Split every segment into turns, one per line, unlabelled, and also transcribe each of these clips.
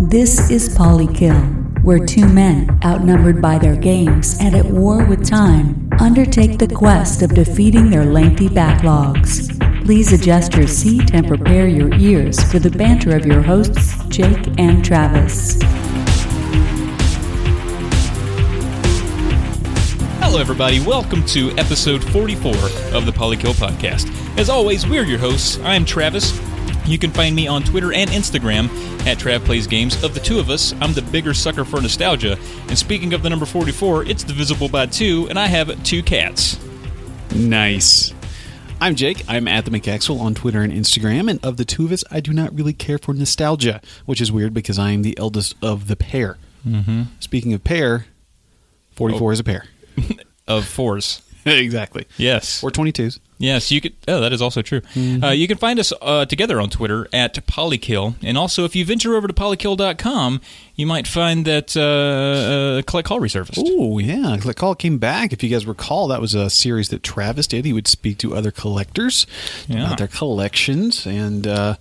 This is Polykill, where two men, outnumbered by their games and at war with time, undertake the quest of defeating their lengthy backlogs. Please adjust your seat and prepare your ears for the banter of your hosts, Jake and Travis.
Hello, everybody. Welcome to episode 44 of the Polykill Podcast. As always, we're your hosts. I'm Travis. You can find me on Twitter and Instagram at Trav Plays Games. Of the two of us, I'm the bigger sucker for nostalgia. And speaking of the number 44, it's divisible by two, and I have two cats.
Nice. I'm Jake. I'm at the McAxel on Twitter and Instagram. And of the two of us, I do not really care for nostalgia, which is weird because I am the eldest of the pair. Mm-hmm. Oh. Speaking of pair, 44 is a pair.
Of fours.
exactly.
Yes.
Or 22s.
Yes, you could. Oh, that is also true. Uh, you can find us uh, together on Twitter at Polykill. And also, if you venture over to polykill.com, you might find that uh, uh, Collect Hall resurfaced.
Oh, yeah. Collect Call came back. If you guys recall, that was a series that Travis did. He would speak to other collectors
Yeah.
about their collections and uh,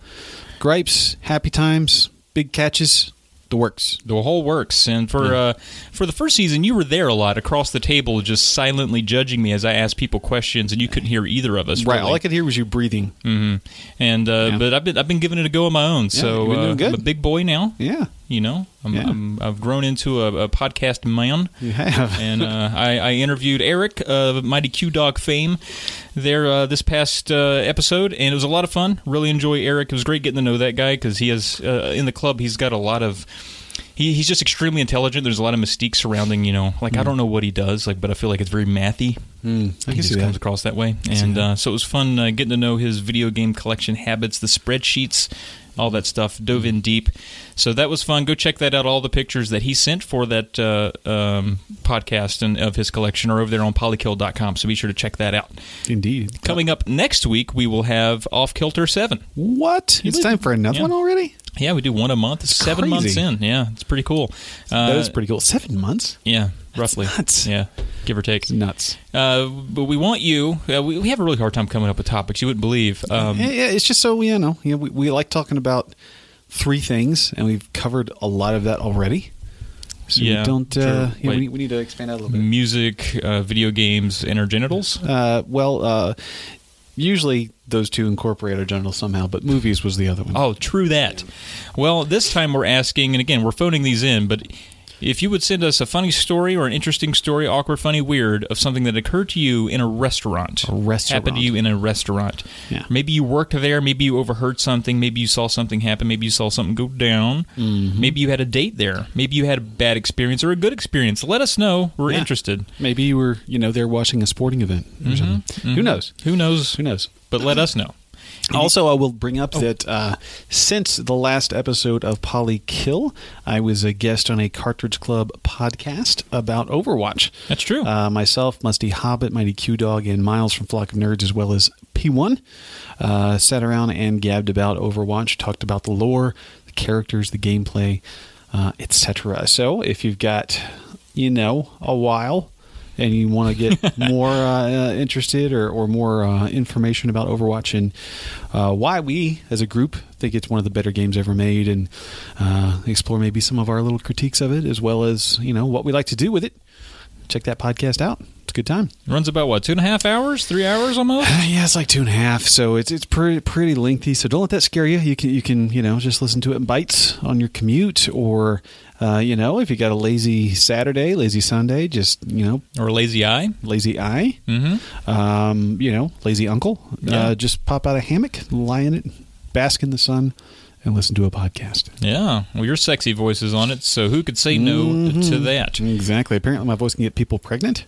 gripes, happy times, big catches, the works.
The whole works, and for uh, for the first season, you were there a lot across the table, just silently judging me as I asked people questions, and you couldn't hear either of us.
Right.
really.
All I could hear was you breathing.
hmm And uh,
Yeah.
but I've been I've been giving it a go on my own. so
you've been
uh,
doing good.
I'm a big boy now.
Yeah.
You know, I'm,
Yeah.
I'm, I've grown into a, a podcast man.
You have.
and uh, I, I interviewed Eric of Mighty Q Dog fame there uh, this past uh, episode, and it was a lot of fun. Really enjoy Eric. It was great getting to know that guy because he has uh, in the club. He's got a lot of. He, he's just extremely intelligent. There's a lot of mystique surrounding, you know, like I don't know what he does, like, but I feel like it's very mathy. He
I Mm, can see
just comes
that.
across that way, and uh, so it was fun uh, getting to know his video game collection habits, the spreadsheets, all that stuff. Dove in deep, so that was fun. Go check that out. All the pictures that he sent for that uh, um, podcast and of his collection are over there on polykill.com. So be sure to check that out.
Indeed.
Coming up next week, we will have Off Kilter Seven.
What? It's
believe-
time for another
yeah.
one already?
Yeah, we do one a month. It's seven
crazy.
months in. Yeah, it's pretty cool. Uh,
that is pretty cool. Seven months?
yeah, roughly.
nuts.
Yeah, give or take.
It's nuts.
Uh, but we want you. Uh, we, we have a really hard time coming up with topics. You wouldn't believe. Um,
yeah, yeah, it's just so you know, you know we, we like talking about three things, and we've covered a lot of that already. So
Yeah,
we don't. Uh,
sure.
yeah, we,
Wait.
need- we need to expand out a little bit.
music, uh, video games, and our genitals.
Uh, well, uh, usually those two incorporate our general somehow, but movies was the other one.
Oh, true that. Well, this time we're asking, and again, we're phoning these in, but if you would send us a funny story or an interesting story, awkward, funny, weird, of something that occurred to you in a restaurant.
A restaurant.
Happened to you in a restaurant.
Yeah.
Maybe you worked there. Maybe you overheard something. Maybe you saw something happen. Maybe you saw something go down.
Mm-hmm.
Maybe you had a date there. Maybe you had a bad experience or a good experience. Let us know. We're
Yeah.
interested.
Maybe you were, you know, there watching a sporting event or
Mm-hmm.
something. Who knows?
Who knows?
Who knows?
But let us know.
Also, I will bring up that uh, since the last episode of Polly Kill, I was a guest on a Cartridge Club podcast about Overwatch.
That's true.
Uh, myself, Musty Hobbit, Mighty Q Dog, and Miles from Flock of Nerds, as well as P1, uh, sat around and gabbed about Overwatch, talked about the lore, the characters, the gameplay, uh, etc. So, if you've got, you know, a while and you want to get more uh, uh, interested or, or more uh, information about Overwatch and uh, why we, as a group, think it's one of the better games ever made, and uh, explore maybe some of our little critiques of it, as well as you know what we like to do with it. Check that podcast out; it's a good time.
runs about what two and a half hours, three hours almost.
Yeah, it's like two and a half, so it's it's pretty pretty lengthy. So don't let that scare you. You can you can you know just listen to it in bites on your commute, or uh, you know if you got a lazy Saturday, lazy Sunday, just you know
or lazy eye.
lazy eye.
Mm-hmm.
um, you know, lazy uncle.
Yeah.
Uh, just pop out a hammock, lie in it, bask in the sun, and listen to a podcast.
Yeah. Well, your sexy voice is on it, so who could say no to
Mm-hmm.
that?
Exactly. Apparently, my voice can get people pregnant.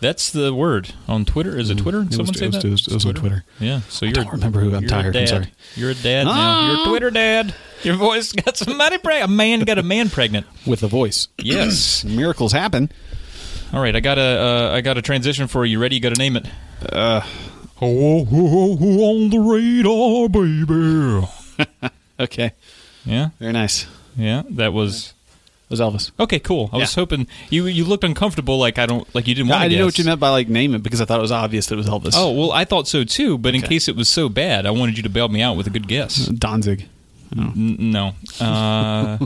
That's the word on Twitter. Is it Twitter? Did
Mm-hmm. It was-
someone
it
say
was-
that?
it was- it was on Twitter.
Yeah. So you're.
don't remember who- I'm
you're a
tired, I'm
dad.
sorry.
You're a dad now. You're a
Ah!
Twitter dad. Your voice got somebody pregnant. A man got a man pregnant.
With a voice,
Yes.
miracles happen.
All right. I got a. Uh, I got a transition for you. Ready? You got to name it. Uh. oh, on the radar, baby.
Okay,
Yeah.
very nice. It
Yeah. That was.
was Elvis.
Okay, cool. I was
Yeah.
hoping you you looked uncomfortable, like I don't like you didn't want.
I
to
didn't know what you
guess.
meant by like name it because I thought it was obvious that it was Elvis.
Oh well, I Oh, thought so too. But in
Okay.
case it was so bad, I wanted you to bail me out with a good guess.
Danzig. Oh.
N- no. Uh,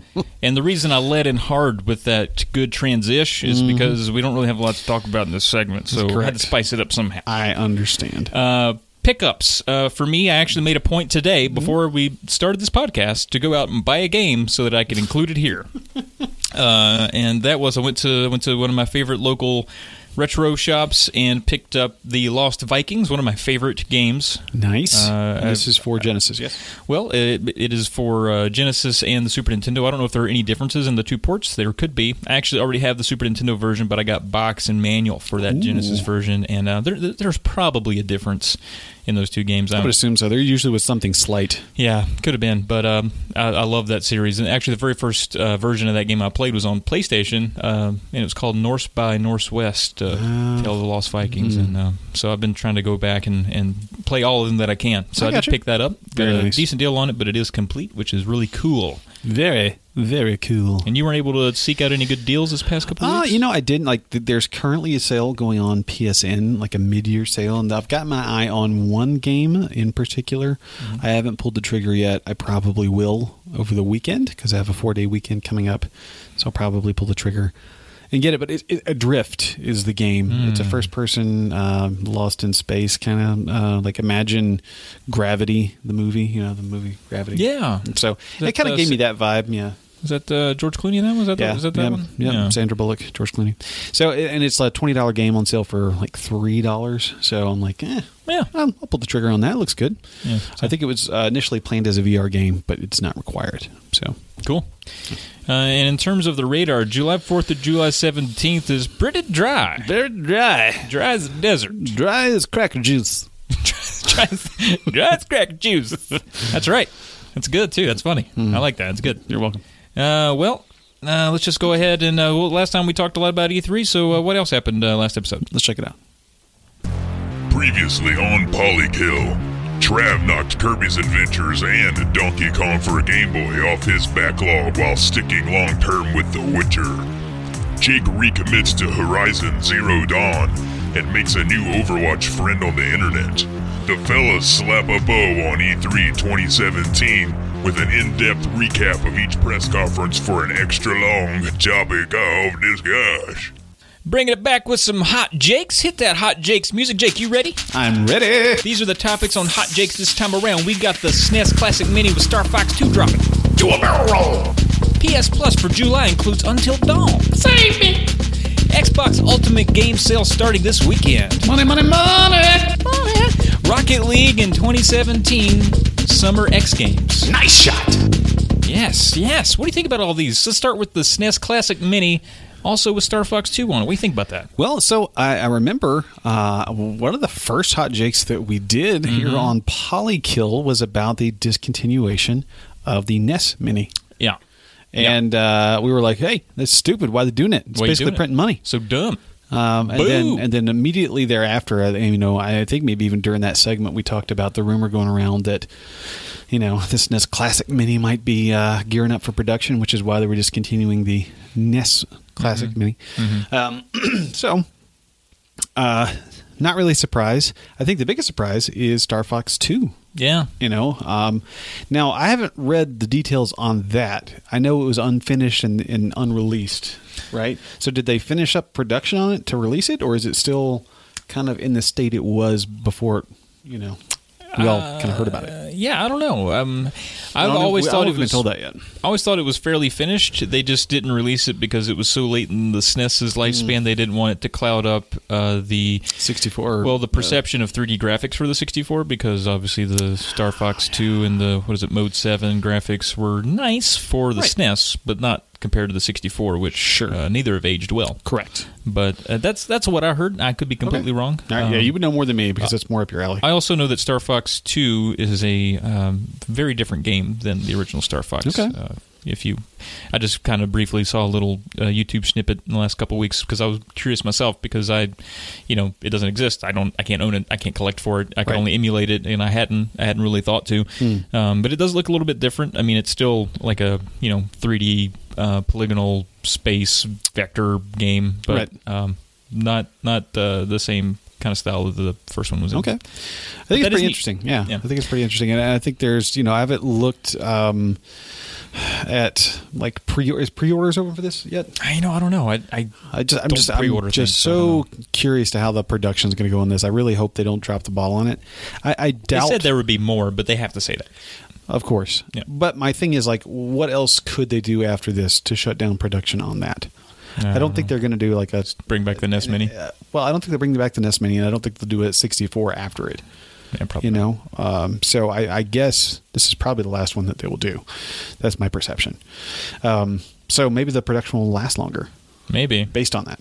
and the reason I let in hard with that good transition is because we don't really have a lot to talk about in Mm-hmm. this segment, so I had
correct.
to spice it up somehow.
I understand.
Uh, pickups. Uh, for me, I actually made a point today before we started this podcast to go out and buy a game so that I could include it here. uh, and that was I went to I went to one of my favorite local retro shops and picked up the Lost Vikings, one of my favorite games.
nice.
uh,
And this is for Genesis. Yes.
Well, it, it is for uh, Genesis and the Super Nintendo. I don't know if there are any differences in the two ports. There could be. I actually already have the Super Nintendo version, but I got box and manual for that Genesis version, and uh, there, there's probably a difference in those two games.
I
I'm-
would assume so. They're usually with something slight.
yeah, could have been, but um, I, I love that series. And actually, the very first uh, version of that game I played was on PlayStation, um, and it was called Norse by Northwest, uh,
Oh.
Tale of the Lost
Hmm.
Vikings. And uh, so I've been trying to go back and, and play all of them that I can. So
I
I,
got
did
you.
pick that up. Got
Very
a
nice.
decent deal on it, but it is complete, which is really cool.
Very, very cool.
And you weren't able to seek out any good deals this past couple
Ah,
of weeks?
you know, I didn't like. Th- there's currently a sale going on PSN, like a mid-year sale, and I've got my eye on one game in particular.
Mm-hmm.
I haven't pulled the trigger yet. I probably will over the weekend because I have a four-day weekend coming up, so I'll probably pull the trigger and get it. But it, it, Adrift is the game. It's a
Mm.
first-person, um lost in space kind of uh, like imagine Gravity, the movie. You know, the movie Gravity.
Yeah.
So
That,
it kind
uh,
of gave
s-
me that vibe. Yeah.
Is that uh, George Clooney in that one? Is that, the, is that that
yeah,
one?
yeah, Sandra Bullock, George Clooney. So, and it's a twenty dollar game on sale for like three dollars. So I'm like, eh,
Yeah.
I'll, I'll pull the trigger on that. Looks good.
Yeah.
I think it was uh, initially planned as a VR game, but it's not required. So
Cool. Uh, and in terms of the radar, July 4th to July 17th is pretty dry.
very dry,
Dry as a desert.
dry as cracker juice.
dry, as, dry as crack juice. That's right. That's good, too. That's funny. I like that. It's good. You're welcome. Uh, well, uh, let's just go ahead and uh, well, last time we talked a lot about E3, so uh, what else happened uh, last episode?
Let's check it out.
Previously on Polykill, Trav knocked Kirby's Adventures and Donkey Kong for a Game Boy off his backlog while sticking long term with The Witcher. Jake recommits to Horizon Zero Dawn and makes a new Overwatch friend on the internet. The fellas slap a bow on E E3 2017 with an in depth recap of each press conference for an extra long topic of discussion.
Bringing it back with some Hot Jakes. Hit that Hot Jakes music. Jake, you ready?
I'm ready.
These are the topics on Hot Jakes this time around. We got the SNES Classic Mini with Star Fox 2 dropping.
Do a barrel roll!
PS Plus for July includes Until Dawn. Save me! Xbox Ultimate Game Sale starting this weekend.
Money, money, money.
Rocket League in 2017 Summer X Games.
Nice shot.
Yes, yes. What do you think about all these? Let's start with the SNES Classic Mini, also with Star Fox 2 on it. What do you think about that?
Well, so I, I remember uh, one of the first hot jakes that we did here on Polykill was about the discontinuation of the NES Mini.
Yeah.
And uh, we were like, "Hey, that's stupid. Why are they doing it? It's
Why you
basically
doing it?
printing money."
So dumb.
Um, and
Boo.
then, and then immediately thereafter, I- you know, I think maybe even during that segment, we talked about the rumor going around that, you know, this NES Classic Mini might be uh, gearing up for production, which is why they were discontinuing the NES Classic
Mm-hmm.
Mini. Um, so, uh, not really surprised. I think the biggest surprise is Star Fox Two
Yeah.
you know um, now i haven't read the details on that i know it was unfinished and, and unreleased right so did they finish up production on it to release it or is it still kind of in the state it was before you know we all kind of heard about it
Uh, yeah, I don't know. Um,
I
I've
don't know if
always
we- I
thought
don't
it
know if we've been
was
told that yet
I always thought it was fairly finished. They just didn't release it because it was so late in the SNES's
Mm.
lifespan. They didn't want it to cloud up uh, the
64
well the perception of 3D graphics for the 64 because obviously the Star Fox 2 and the what is it Mode 7 graphics were nice for the
Right.
SNES, but not compared to the 64, which
Sure.
uh, neither have aged well.
correct
But uh, that's that's what I heard. I could be completely
Okay.
wrong.
All right, yeah
Um,
you would know more than me because that's more up your alley
I also know that Star Fox 2 is a um, very different game than the original Star Fox.
Okay.
Uh, if you, I just kind of briefly saw a little uh, YouTube snippet in the last couple of weeks because I was curious myself because I, you know, it doesn't exist. I don't, I can't own it. I can't collect for it. I can
Right. Hmm.
only emulate it, and I hadn't, I hadn't really thought to. Um, but it does look a little bit different. I mean, it's still like a, you know, 3D uh, polygonal space vector game, but
Right.
um, not not uh, the same kind of style that the first one was in.
Okay. I think
that
it's
is
pretty
neat.
interesting. Yeah,
Yeah.
I think it's pretty interesting, and I think there's you know I haven't looked um, at like pre is pre orders open for this yet.
I you know. I don't know. I, I
I just I'm
Don't
just I'm
pre-order
just
things, so I
so curious to how the production's going to go on this. I really hope they don't drop the ball on it. I, I
they
doubt
said there would be more, but they have to say that.
Of course.
Yeah.
But my thing is like what else could they do after this to shut down production on that? I don't think they're going to do like a
Uh, Bring back the Nest Mini.
uh, well, I don't think they're bringing back the Nest Mini, and I don't think they'll do it at 64 after it.
Yeah, probably.
You know, um, so I, I guess this is probably the last one that they will do. That's my perception. Um, so maybe the production will last longer
Maybe
based on that,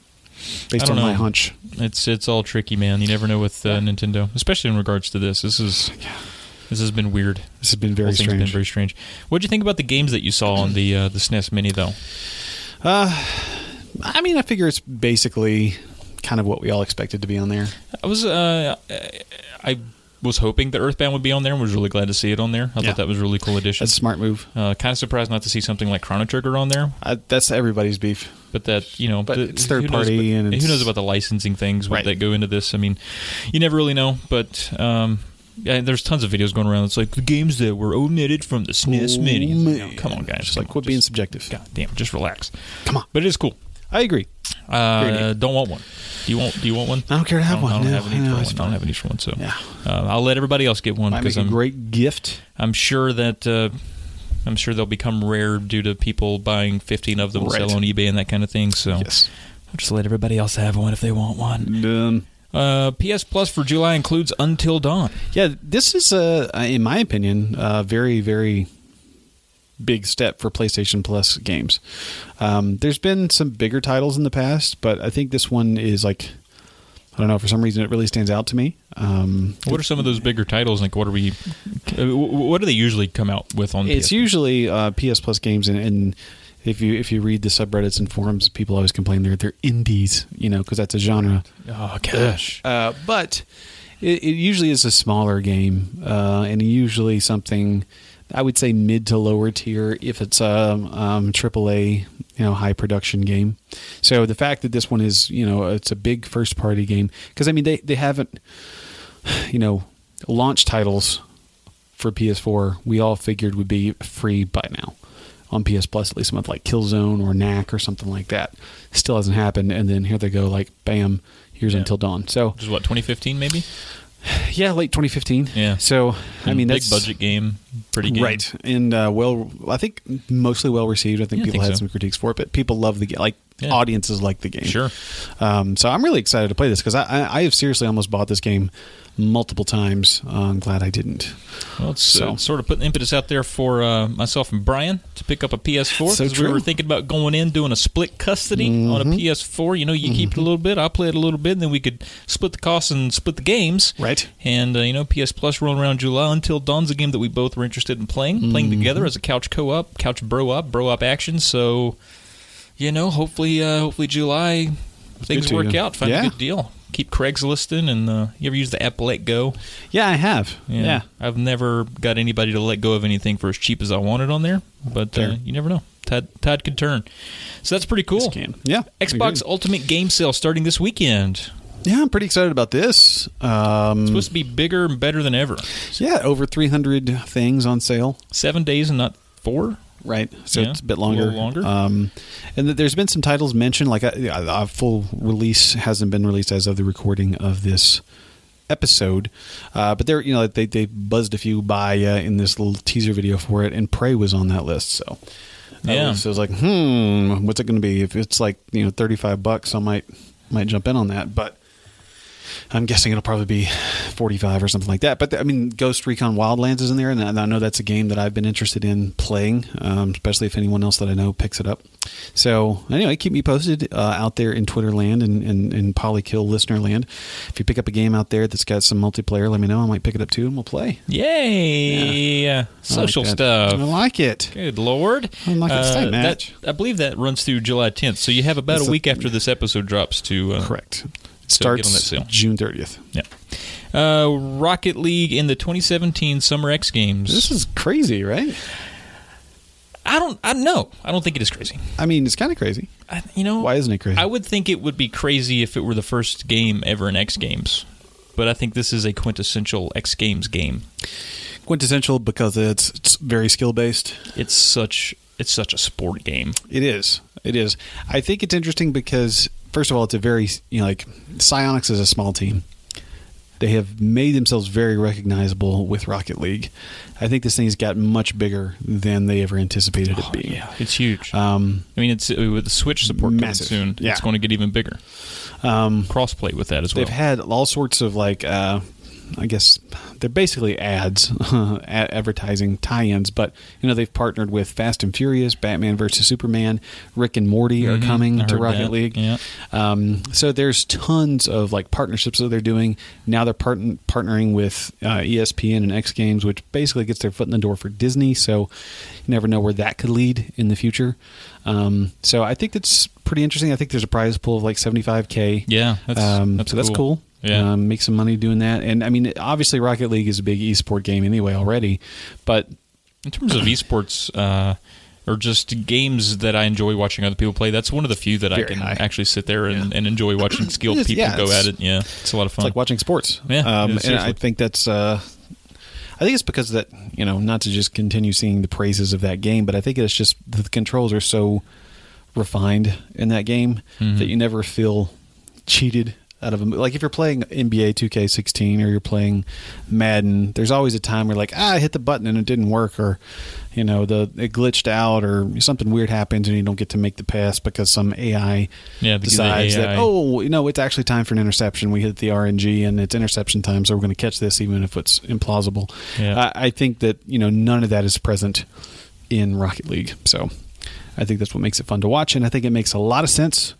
based
I
on
don't
my
know.
hunch.
it's it's all tricky, man. You never know with uh, Nintendo, especially in regards to this. This is this has been weird.
This has been
Whole
very
thing's been
strange.
very strange. What do you think about the games that you saw on the uh, the SNES Mini though?
I mean, I figure it's basically kind of what we all expected to be on there.
I was uh, I was hoping that Earthbound would be on there, and was really glad to see it on there. I
Yeah.
thought that was a really cool addition.
That's a smart move.
Uh, kind of surprised not to see something like Chrono Trigger on there,
I, that's everybody's beef.
but that you know,
But it's
who
third
knows
party
about-
and
who
it's-
knows about the licensing things
Right.
that go into this? I mean, you never really know. But um, yeah, there's tons of videos going around. It's like the games that were omitted from the E SNES Mini. It's like,
Oh, man.
no, come on, guys,
Just
come
like
on,
quit being
just-
subjective.
God damn, just relax.
Come on.
But it is cool.
I agree. Very
Uh,
neat.
don't want one. Do you want? Do you want one?
I don't care to have
I don't,
one,
I
no.
don't have any
No,
for
it's
one. I don't
fine.
have any for one. So
Yeah.
uh, I'll let everybody else get one
Might make
because
a
I'm
great gift.
I'm sure that uh, I'm sure they'll become rare due to people buying 15 of them to
Right.
sell on eBay and that kind of thing. So
Yes.
I'll just let everybody else have one if they want one.
Um,
Uh, PS Plus for July includes Until Dawn.
yeah, this is a, in my opinion, a very very big step for PlayStation Plus games. Um, there's been some bigger titles in the past, but I think this one is like, I don't know, for some reason it really stands out to me. Um,
What are some of those bigger titles? Like what are we? uh, wh- What do they usually come out with on?
Um, it's
PS?
usually uh, PS Plus games, and, and if you if you read the subreddits and forums, people always complain they're they're indies, you know, because that's a genre.
Oh gosh.
Uh, but it, it usually is a smaller game, uh, and usually something I would say mid to lower tier if it's a um, AAA, you know, high production game. So the fact that this one is, you know, it's a big first party game because I mean they they haven't, you know, launch titles for PS4 we all figured would be free by now on PS Plus at least a month like Killzone or Knack or something like that. Still hasn't happened and then here they go like bam, here's
Yeah.
Until Dawn. So
Which is what 2015 maybe.
yeah, late 2015.
Yeah. Mm,
So I mean
big
that's
budget game, pretty game.
Right. And uh, well I think mostly well received. I think
Yeah, I
people
think
had
so.
some critiques for it, but people love the game like
Yeah.
audiences like the game.
Sure.
Um, so I'm really excited to play this because I, I I have seriously almost bought this game multiple times. Uh, I'm glad I didn't.
Well, it's
So-
uh, sort of putting impetus out there for uh, myself and Brian to pick up a PS4
So
because we
true. Mm-hmm.
were thinking about going in doing a split custody on a PS4. You know, you keep it a little bit, I play it a little bit, and then we could split the costs and split the games.
Right.
And uh, you know, PS Plus rolling around July until Dawn's a game that we both were interested in playing, playing
Mm-hmm.
together as a couch co-op, couch bro up, bro up action. So, you know, hopefully, uh, hopefully July things
to
work
you.
out. Find
Yeah.
a good deal. Keep Craigslisting, and uh, you ever use the app Let Go?
Yeah, I have.
Yeah.
yeah.
I've never got anybody to let go of anything for as cheap as I wanted on there, but uh,
Fair.
you never know. Todd, Todd could turn. So that's pretty cool.
This can. Yeah, Mm.
Xbox
agreed.
Ultimate Game Sale starting this weekend.
Yeah, I'm pretty excited about this. Um,
Supposed to be bigger and better than ever.
yeah, over 300 things on sale.
Seven days and not four.
Right, so
Yeah,
it's a bit
a little
longer.
longer.
Um, and th- there's been some titles mentioned. Like uh, a, a a full release hasn't been released as of the recording of this episode, uh, but there, you know, they they buzzed a few by uh, in this little teaser video for it, and Prey was on that list. So. that
Yeah.
was- so I was like, hmm, what's it going to be? If it's like you know thirty five bucks, I might might jump in on that. But I'm guessing it'll probably be 45 or something like that. But I mean, Ghost Recon Wildlands is in there, and I I know that's a game that I've been interested in playing, um, especially if anyone else that I know picks it up. So anyway, keep me posted uh, out there in Twitter land and, and, and Polykill listener land. If you pick up a game out there that's got some multiplayer, let me know. I might pick it up too, and we'll play.
Yay!
I like
Social
that. I
stuff.
like it.
Good lord. Uh,
I'm like, it's
that,
time, Matt.
I believe that runs through July 10th. So you have about
It's
a
a-
week after this episode drops to uh,
Correct. It
So get on
starts
that sale.
June 30th.
Yeah. Uh, Rocket League in the 2017 Summer X Games.
This is crazy, right?
I don't. I no. I don't think it is crazy.
I mean, it's kind of crazy.
I, you know,
Why isn't it crazy?
I would think it would be crazy if it were the first game ever in X Games, but I think this is a quintessential X Games game.
Quintessential because it's, it's very skill based.
It's such it's such a sport game.
It is. It is. I think it's interesting because first of all, it's a very you know like Psionics is a small team. They have made themselves very recognizable with Rocket League. I think this thing's got much bigger than they ever anticipated it being.
it's huge.
Um,
I mean, it's with the Switch support coming
Massive.
soon.
Yeah.
It's going to get even bigger.
um,
Crossplay with that as well.
they've had all sorts of like uh, I guess they're basically ads, ad- advertising tie-ins. But you know they've partnered with Fast and Furious, Batman versus Superman, Rick and Morty are
Mhm.
coming
I
to
heard
Rocket
that.
League.
Yeah.
Um, so there's tons of like partnerships that they're doing now. They're part- partnering with uh, ESPN and X Games, which basically gets their foot in the door for Disney. So you never know where that could lead in the future. Um, so I think that's pretty interesting. I think there's a prize pool of like 75k.
Yeah, that's-
um,
that's
so that's
cool.
cool.
Yeah.
Um, make some money doing that. And I mean, obviously, Rocket League is a big esport game anyway already, but
In terms of esports, uh, or just games that I enjoy watching other people play, that's one of the few that
Very
I can
high.
actually sit there and, and enjoy watching skilled
It is-
people
yeah,
go
it's-
at it. Yeah, it's a lot of
It's
fun.
like watching sports.
Yeah,
Um,
yeah,
and
seriously.
I think that's. Uh, I think it's because that you know not to just continue seeing the praises of that game, but I think it's just the controls are so refined in that game
Mm-hmm.
that you never feel cheated out of them. Like if you're playing NBA 2K16 or you're playing Madden, there's always a time where like ah, I hit the button and it didn't work, or you know the it glitched out, or something weird happens and you don't get to make the pass because some AI
Yeah, because the
decides that
AI
oh oh, you know, it's actually time for an interception. We hit the RNG and it's interception time, so we're going to catch this even if it's implausible.
Yeah.
I, I think that, you know, none of that is present in Rocket League. So I think that's what makes it fun to watch. And I think it makes a lot of sense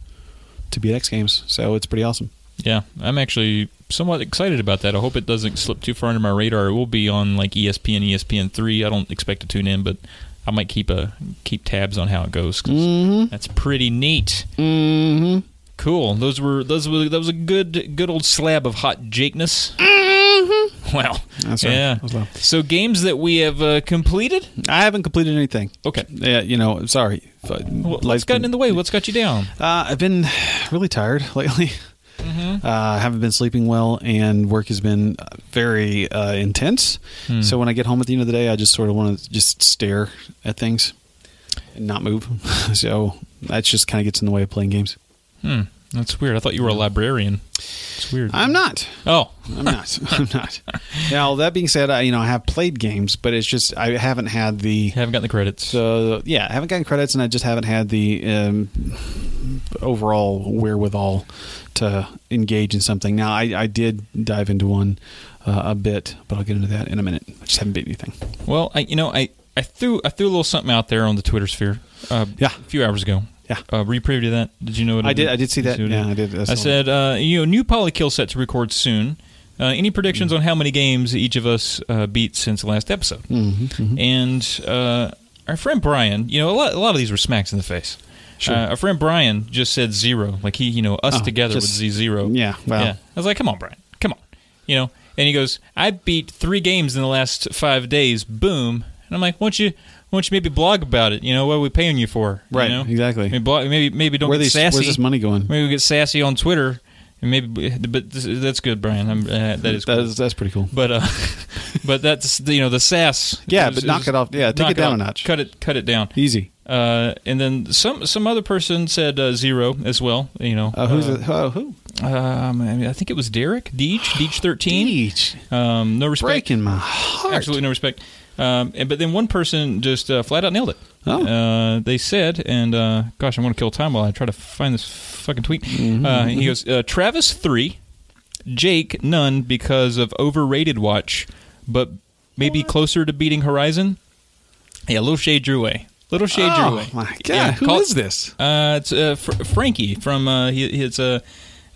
to be at X Games. So it's pretty awesome.
Yeah, I'm actually somewhat excited about that. I hope it doesn't slip too far under my radar. It will be on like E ESPN, ESPN three. I don't expect to tune in, but I might keep a keep tabs on how it goes. 'cause That's pretty neat.
Mm-hmm.
Cool. Those were those were that was a good good old slab of hot Jakeness. Wow.
Mm-hmm. That's right.
yeah.
That was loud.
So games that we have uh, completed.
I haven't completed anything.
Okay.
Yeah, you know, I'm sorry.
Wh- What's gotten in the way? What's got you down?
Uh, I've been really tired lately. Uh, I haven't been sleeping well, and work has been uh, very uh, intense. So when I get home at the end of the day, I just sort of want to just stare at things and not move. so that just kind of gets in the way of playing games.
Hmm. That's weird. I thought you were a librarian. It's weird.
I'm not.
oh.
I'm not. I'm not. Now that being said, I you know I have played games, but it's just I haven't had the
Haven't gotten the credits.
So yeah, I haven't gotten credits, and I just haven't had the um, overall wherewithal to engage in something. Now I, I did dive into one uh, a bit, but I'll get into that in a minute. I just haven't beat anything.
Well, I, you know, I, I threw I threw a little something out there on the Twitter sphere. Uh,
Yeah.
a few hours ago.
Yeah.
uh, were you privy to that? Did you know what it
I did-
is?
I did see that.
you what it
Yeah,
is?
I did. I
I
saw
said, uh, you know, new Polykill set to record soon. Uh, any predictions
Mm-hmm.
on how many games each of us uh, beat since the last episode?
Mm-hmm,
And uh, our friend Brian, you know, a lot, a lot of these were smacks in the face.
Sure.
Uh, our friend Brian just said zero. Like he, you know, us
Oh,
together
just-
would see zero.
yeah, wow.
Oh. Yeah. I was like, come on, Brian. Come on. You know, and he goes, I beat three games in the last five days. Boom. And I'm like, won't you, won't you maybe blog about it? You know, what are we paying you for? You
Right,
know?
exactly.
Maybe, blog, maybe, maybe don't
Where
get
these-
sassy.
where's this money going?
Maybe we get sassy on Twitter. And maybe, but this, that's good, Brian. I'm, uh, that is.
That
cool.
is- that's pretty cool.
But uh, but that's you know the sass.
Yeah,
is-
but knock
is-
it off. Yeah, take
knock
it down
off.
a notch.
Cut it, cut it down.
Easy.
Uh, and then some some other person said uh, zero as well. You know,
Uh, who's
Uh,
it? Oh, who?
um, I, mean, I think it was Derek Deech, Deech thirteen.
Each.
Um, no respect,
Breaking my heart.
absolutely no respect. Um, and, but then one person just uh, flat out nailed it.
Oh.
Uh, they said, and uh, gosh, I'm going to kill time while I try to find this fucking tweet.
Mm-hmm,
Uh, he goes, uh, Travis three, Jake none because of overrated watch, but maybe closer to beating Horizon. Yeah, little shade drew away. Little shade drew
Oh
away.
my god!
Yeah,
Who
call-
is this?
uh, it's uh, Fr- Frankie from uh, he, his uh,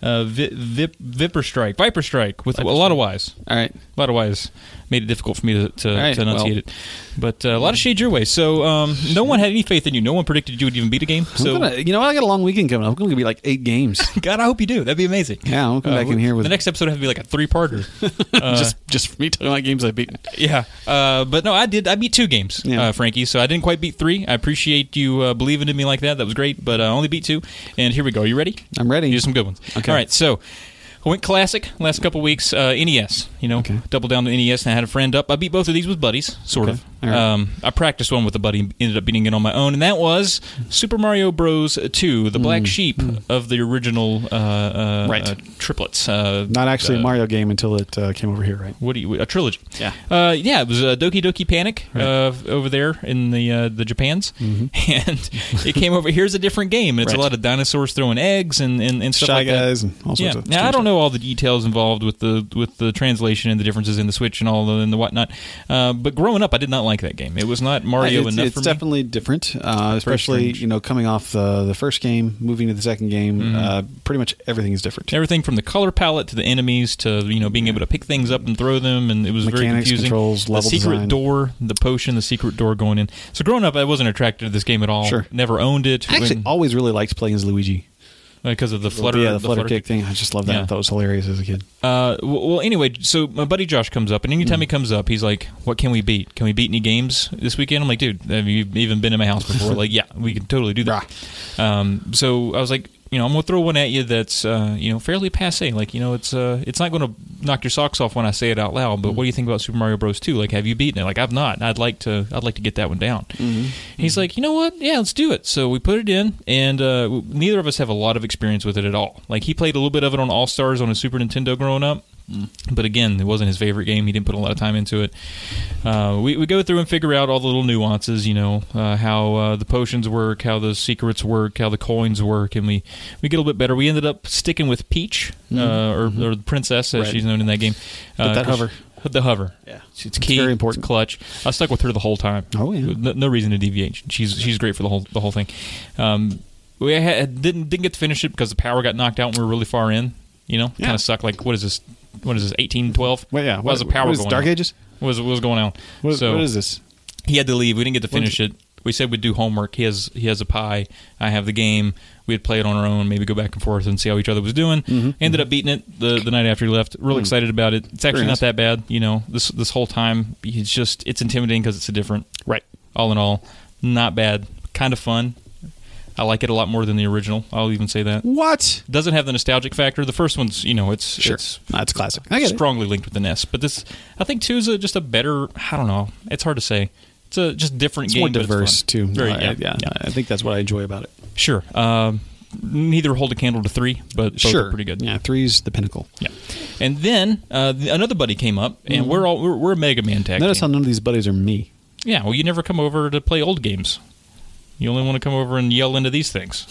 uh, Vi- Vip- Viper Strike, Viper Strike, with a lot of Y's.
All right.
A lot of Y's made it difficult for me to, to,
right,
to enunciate it. But uh, a lot of shade your way. So um, no one had any faith in you. No one predicted you would even beat a game. So
I'm gonna, you know, what? I got a long weekend coming up. I'm going to be like eight games.
God, I hope you do. That'd be amazing. Uh,
Yeah, I'll come back in here with-
the next episode. Have to be like a three-parter. Uh,
just just for me talking about games I've beaten.
yeah, uh, but no, I did. I beat two games,
Yeah.
uh, Frankie. So I didn't quite beat three. I appreciate you uh, believing in me like that. That was great. But uh, I only beat two. And here we go. Are you ready?
I'm ready.
Here's some good ones.
Okay.
All right. So I went classic last couple weeks. Uh, NES. You know,
Okay.
double down to NES, and I had a friend up. I beat both of these with buddies, sort
Okay.
of.
All right.
Um, I practiced one with a buddy, and ended up beating it on my own, and that was Super Mario Bros. Two, the black sheep of the original uh, uh,
Mm. Right.
uh, triplets. Uh,
Not actually
uh,
a Mario game until it uh, came over here, right?
what do you a trilogy?
Yeah.
uh, yeah. It was uh, Doki Doki Panic uh, over there in the uh, the Japans, and it came over. Here's a different game. and It's a
Mm-hmm. Right.
lot of dinosaurs throwing eggs and and, and stuff
Shy
like that.
Guys and all sorts
yeah.
of
Now I
strange
don't know all the details involved with the with the translation and the differences in the Switch and all the, and the whatnot, uh, but growing up, I did not like that game. It was not Mario
Uh, it's,
enough
it's
for me.
definitely different, uh,
very
especially
strange. Mm-hmm.
you know coming off the the first game, moving to the second game. Uh, pretty much everything is different.
Everything from the color palette to the enemies to you know being able to pick things up and throw them, and it was very
Mechanics,
confusing.
controls,
the
level
secret
design.
door, the potion, the secret door going in. So growing up, I wasn't attracted to this game at all.
Sure.
never owned it.
I actually
When-
always really liked playing as Luigi.
because of the flutter,
yeah, the, flutter,
kick.
kick thing. I just love that.
Yeah.
I thought it was hilarious as a kid.
Uh, w- well, anyway, so my buddy Josh comes up, and anytime
Mm.
he comes up, he's like, "What can we beat? Can we beat any games this weekend?" I'm like, "Dude, have you even been in my house before?" like, yeah, we can totally do that. Um, so I was like, you know, I'm gonna throw one at you that's uh, you know fairly passe. Like, you know, it's uh, it's not gonna knock your socks off when I say it out loud. But what do you think about Super Mario Bros. Two? Like, have you beaten it? Like, I've not. I'd like to. I'd like to get that one down. He's like, you know what? Yeah, let's do it. So we put it in, and uh, w- neither of us have a lot of experience with it at all. Like, he played a little bit of it on All Stars on a Super Nintendo growing up. Mm. But again, it wasn't his favorite game. He didn't put a lot of time into it. Uh, we, we go through and figure out all the little nuances, you know, uh, how uh, the potions work, how the secrets work, how the coins work, and we, we get a little bit better. We ended up sticking with Peach, uh, or, or the Princess, as
Mm-hmm. Right.
she's known in that game. Uh,
that
'cause
hover.
she- The hover.
Yeah.
It's key.
very important.
It's clutch. I stuck with her the whole time.
Oh, yeah.
No, no reason to deviate. She's she's great for the whole the whole thing. Um, we had, didn't didn't get to finish it because the power got knocked out and we were really far in. You know,
Yeah.
kind of sucked. Like what is this? What is this? Eighteen twelve?
Well, yeah.
Why is the power
what is it,
going?
Dark
out?
Ages?
What was what was going on?
What,
so
what is this?
he had to leave. We didn't get to finish it. We said we'd do homework. He has he has a pie. I have the game. We'd play it on our own. Maybe go back and forth and see how each other was doing.
Mm-hmm.
Ended up beating it the, the night after he left.
Mm.
Real excited about it. It's actually
Very
not
nice.
that bad. You know this this whole time it's just it's intimidating because it's a different.
Right.
All in all, not bad. Kind of fun. I like it a lot more than the original. I'll even say
Mm.
that.
What?
Doesn't have the nostalgic factor. The first one's you know it's
Sure.
it's
That's classic. I get it.
strongly linked with the NES. But this, I think, two is a, just a better. I don't know. It's hard to say. It's a just different
It's
game.
more
but
diverse
fun.
too.
Very,
I-
yeah,
yeah, uh,
yeah.
I think that's what I enjoy about it.
Sure. Um, neither hold a candle to three, but both
sure,
are pretty good.
Yeah, three's the pinnacle.
Yeah. And then uh, th- another buddy came up, and we're all we're, we're a Mega Man tag.
Mm-hmm. Notice how
team.
none of these buddies are me.
yeah. Well, you never come over to play old games. You only want to come over and yell into these things.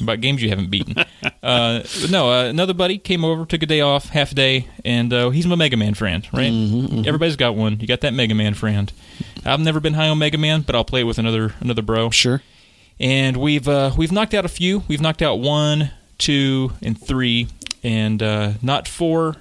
About games you haven't beaten. Uh, no, uh, another buddy came over, took a day off, half a day, and uh, he's my Mega Man friend, right? Everybody's got one. You got that Mega Man friend. I've never been high on Mega Man, but I'll play it with another another bro.
Sure.
and we've uh, we've knocked out a few. We've knocked out one, two, and three, and uh, not four.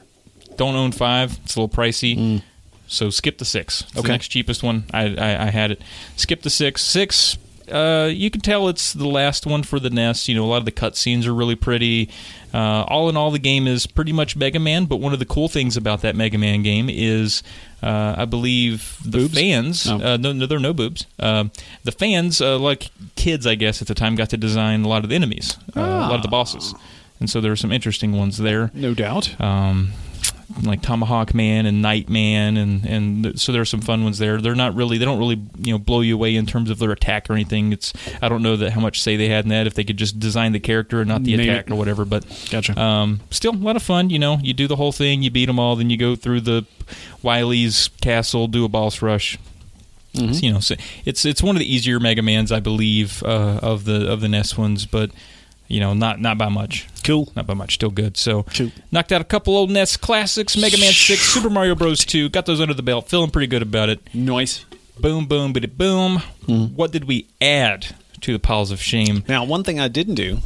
Don't own five. It's a little pricey. So skip the six. It's The
Mm. Okay.
next cheapest one. I, I, I had it. Skip the six. Six. Uh, you can tell it's the last one for the NES. You know, a lot of the cutscenes are really pretty. Uh, all in all, the game is pretty much Mega Man. But one of the cool things about that Mega Man game is, uh, I believe, the
Boobs?
fans.
Oh.
Uh, no, no, there are no boobs. Um, the fans, uh, like kids, I guess, at the time, got to design a lot of the enemies, uh, a lot of the bosses, and so there were some interesting ones there,
No doubt.
um, like Tomahawk Man and Night Man, and and th- so there are some fun ones there. They're not really, they don't really, you know, blow you away in terms of their attack or anything. It's I don't know that how much say they had in that if they could just design the character and not the
Maybe.
attack or whatever, but.
Gotcha.
Um, still a lot of fun, you know. You do the whole thing, you beat them all, then you go through the Wiley's castle, do a boss rush.
Mm-hmm.
It's, you know, so it's it's one of the easier Mega Mans, I believe, uh, of the of the NES ones, but you know, not not by much.
cool.
Not by much, still good. So
Shoot.
knocked out a couple old NES classics, Mega Man Six, Super Mario Bros. Two, got those under the belt, feeling pretty good about it.
Noise.
Boom, boom, bitty boom.
Mm-hmm.
What did we add to the piles of shame?
Now, one thing I didn't do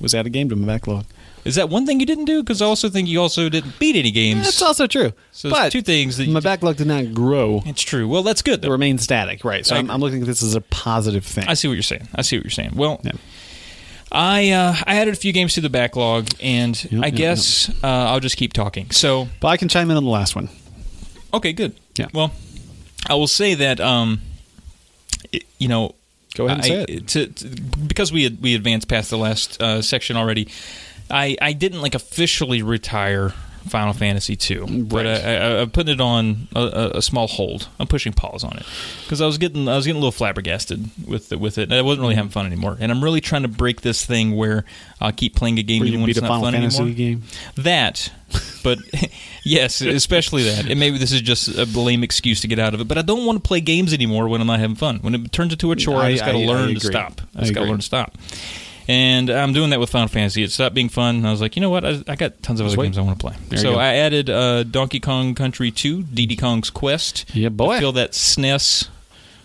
was add a game to my backlog.
Is that one thing you didn't do? Because I also think you also didn't beat any games.
That's also true.
So it's
but
two things that you
my
did-
backlog did not grow;
It's true. Well, that's good.
it
Though.
remained static. Right. So
I-
I'm, I'm looking at this as a positive thing.
I see what you're saying. I see what you're saying. Well,
Yeah.
I uh, I added a few games to the backlog, and I
yep,
guess Uh, I'll just keep talking. So
but I can chime in on the last one.
okay, good.
Yeah.
Well, I will say that um, it, you know,
Go ahead and
I-
say it.
to- to- because we had, we advanced past the last uh, section already. I I didn't like officially retire. Final Fantasy II, but
Right.
I, I, I'm putting it on a, a, a small hold. I'm pushing pause on it because I was getting I was getting a little flabbergasted with the, with it. And I wasn't really having fun anymore, and I'm really trying to break this thing where I'll keep playing a game
Where
even
you
when
beat
it's
a
not
Final
fun
Fantasy
anymore.
game.
That, but yes, especially that. And maybe this is just a lame excuse to get out of it. But I don't want to play games anymore when I'm not having fun. When it turns into a chore, I,
Mm, I-
just got to
I- I
learn to
agree.
stop. I
I
just got to
agree.
learn to stop. And I'm doing that with Final Fantasy. It stopped being fun. And I was like, you know what? I, I got tons of other
wait.
games I want to play.
There you
so
go.
I added uh, Donkey Kong Country 2, Diddy Kong's Quest.
Yeah, boy. E
I fill that SNES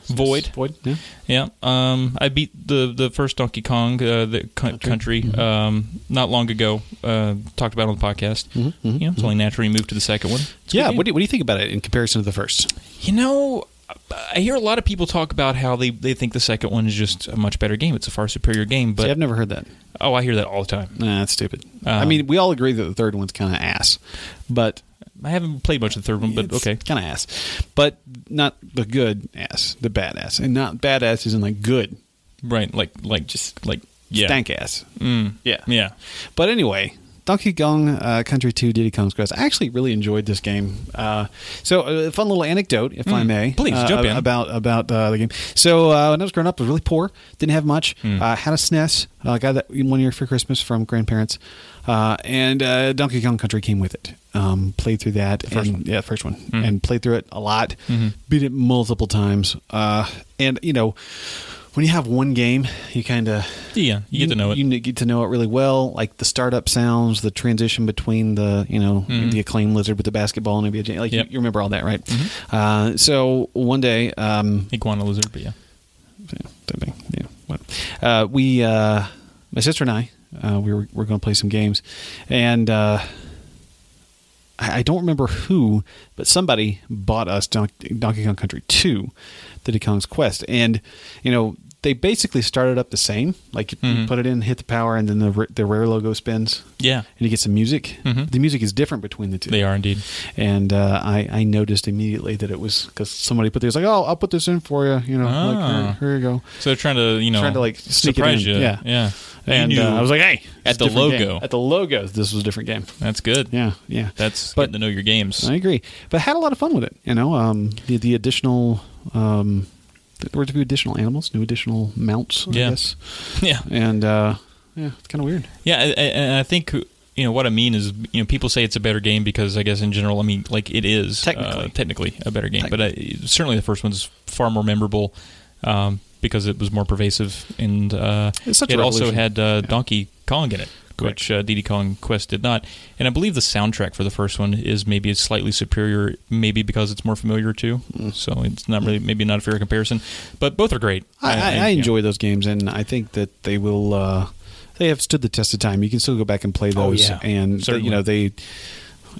void.
Void. Yeah.
Yeah, um, I beat the the first Donkey Kong uh, the co- country
Mm-hmm.
um, not long ago. Uh, talked about it on the podcast. you know, it's only natural you move to the second one. It's a
Mm-hmm, Yeah.
good game.
What do, you, what do you think about it in comparison to the first?
you know? I hear a lot of people talk about how they, they think the second one is just a much better game. It's a far superior game, but
See, I've never heard that.
oh, I hear that all the time.
Nah, that's stupid.
Um,
I mean, we all agree that the third one's kind of ass, but
I haven't played much of the third one, but okay.
kind of ass, but not the good ass, the badass, and not badass isn't like good,
Right, like like just like yeah,
stank ass.
Mm.
Yeah,
yeah.
But anyway, Donkey Kong uh, Country 2 Diddy Kong's Quest. I actually really enjoyed this game. Uh, so, a fun little anecdote, if I may.
Mm, please,
uh,
jump in.
About, about uh, the game. So, uh, when I was growing up, I was really poor, didn't have much.
Hmm.
Uh, had a SNES. I got that one year for Christmas from grandparents. Uh, and uh, Donkey Kong Country came with it. Um, played through that.
first
and-
one. Hmm. Mm-hmm.
Yeah, the first one. And played through it a lot. Beat it multiple times. Uh, and, you know, when you have one game, you kind of
Yeah, you get to know it.
you get to know it really well, like the startup sounds, the transition between the you know the acclaim lizard with the basketball and NBA, jam- like
Mm-hmm. Yep. Mm-hmm.
you, you remember all that, right? Uh, so one day, um,
Iguana lizard, but yeah.
yeah, same thing, yeah, what- uh, we, uh, my sister and I, uh, we were, we're going to play some games, and uh, I, I don't remember who, but somebody bought us Don- Donkey Kong Country Two, Diddy Kong's Quest, and you know. They basically started up the same. Like you
Mhm.
put it in, hit the power, and then the r- the rare logo spins
Yeah,
and you get some music.
Mhm.
The music is different between the two.
they are indeed.
And uh, I, I noticed immediately that it was because somebody put this like, oh, I'll put this in for you. You know, like,
Ah.
here, here you go.
So they're trying to you know
Trying to, like, sneak it
surprise
in.
you.
Yeah.
yeah. You
And
knew-
uh, I was like, hey,
At
it's a
the
different game.
logo.
At the logo, this was a different game.
that's good.
Yeah, yeah.
That's
But-
getting to know your games.
I agree. But I had a lot of fun with it. You know, um, the, the additional. Um, there were to be additional animals, new additional mounts, I
Yeah.
guess.
yeah,
And uh, yeah, it's kind of weird.
yeah, I- I- and I think you know what I mean is you know people say it's a better game because I guess in general I mean like it is uh,
Technically.
technically a better game, but I, certainly the first one's far more memorable um, because it was more pervasive and uh,
It's such a
it also
revolution.
had uh, Donkey Kong in it.
Correct.
Which uh, Diddy Kong Quest did not, and I believe the soundtrack for the first one is maybe slightly superior, maybe because it's more familiar too.
Mm.
So it's not really maybe not a fair comparison, but both are great.
I, I, I
you know.
enjoy those games, and I think that they will. Uh, they have stood the test of time. You can still go back and play
Oh,
those,
yeah.
and they,
Certainly.
you know they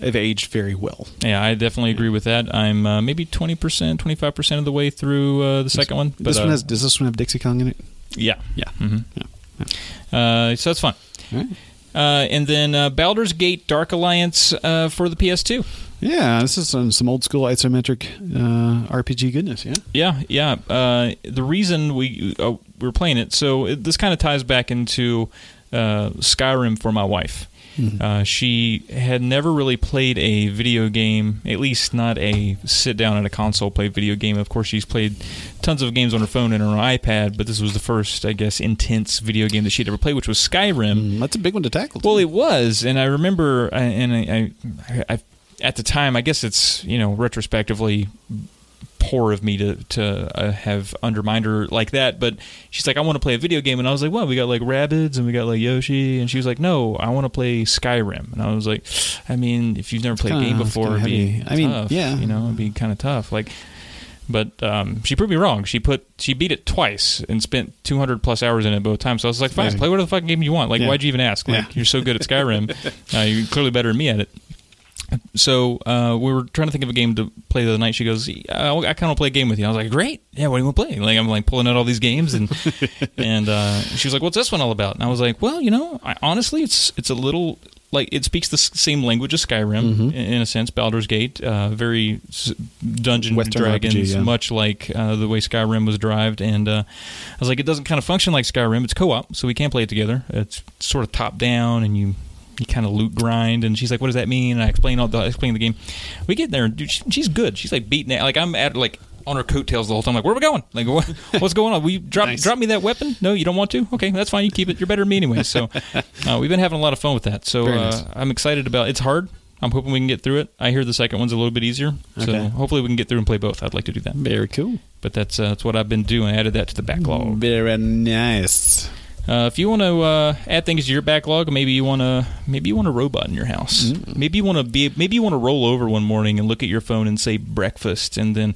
have aged very well.
Yeah, I definitely agree with that. I'm uh, maybe 20%, 25% of the way through uh, the second one. But,
this
uh,
one has. Does this one have Dixie Kong in it?
Yeah.
Yeah.
hmm
Yeah.
Uh, so that's fun.
All right.
Uh, and then uh, Baldur's Gate Dark Alliance uh, for the PS2.
Yeah, this is some, some old school isometric uh, RPG goodness. Yeah,
Yeah, yeah. Uh, the reason we uh, we were playing it, so it, this kind of ties back into uh, Skyrim for my wife. Uh, she had never really played a video game, at least not a sit down at a console play video game. Of course, she's played tons of games on her phone and her iPad, but this was the first, I guess, intense video game that she'd ever played, which was Skyrim.
Mm, that's a big one to tackle.
Well, it was, and I remember, I- and I, I, I, at the time, I guess it's you know retrospectively poor of me to to uh, have undermined her like that. But she's like, I want to play a video game, and I was like, Well, we got like Rabbids and we got like Yoshi, and she was like, No, I want to play Skyrim, and I was like, I mean, if you've never played a
kinda-
game
it's
before,
kinda
it'd be
heavy. I mean,
tough,
yeah.
you know, it'd be kind of tough, like. But um, she proved me wrong. She put she beat it twice and spent 200 plus hours in it both times. So I was like, fine,
amazing.
play whatever the fucking game you want. Like,
Yeah.
why'd you even ask? Like,
Yeah.
you're so good at Skyrim. uh, you're clearly better than me at it. So uh, we were trying to think of a game to play the other night. She goes, I, I kind of play a game with you. And I was like, great. Yeah, what do you want to play? Like I'm like pulling out all these games, and and uh, she was like, what's this one all about? And I was like, well, you know, I, honestly, it's it's a little like it speaks the s- same language as Skyrim
Mm-hmm.
in, in a sense. Baldur's Gate, uh, very s- Dungeon
Western
Dragons,
RPG, yeah.
much like uh, the way Skyrim was derived. And uh, I was like, it doesn't kind of function like Skyrim. It's co-op, so we can't play it together. It's sort of top down, and you you kind of loot grind. And she's like, what does that mean? And I explain all the I explain the game. We get there, and dude, she, she's good. She's like beating it. Like I'm at like. On her coattails the whole time, like where are we going? Like what, what's going on? We drop
Nice.
drop me that weapon? No, you don't want to. Okay, that's fine. You keep it. You're better than me anyway. So uh, we've been having a lot of fun with that. So
Very nice.
uh, I'm excited about. It's hard. I'm hoping we can get through it. I hear the second one's a little bit easier. So
Okay.
hopefully we can get through and play both. I'd like to do that.
Very cool.
But that's uh, that's what I've been doing. I added that to the backlog.
Very nice.
Uh, if you want to uh, add things to your backlog, maybe you want to maybe you want a robot in your house.
Mm-hmm.
Maybe you want to be maybe you want to roll over one morning and look at your phone and say breakfast, and then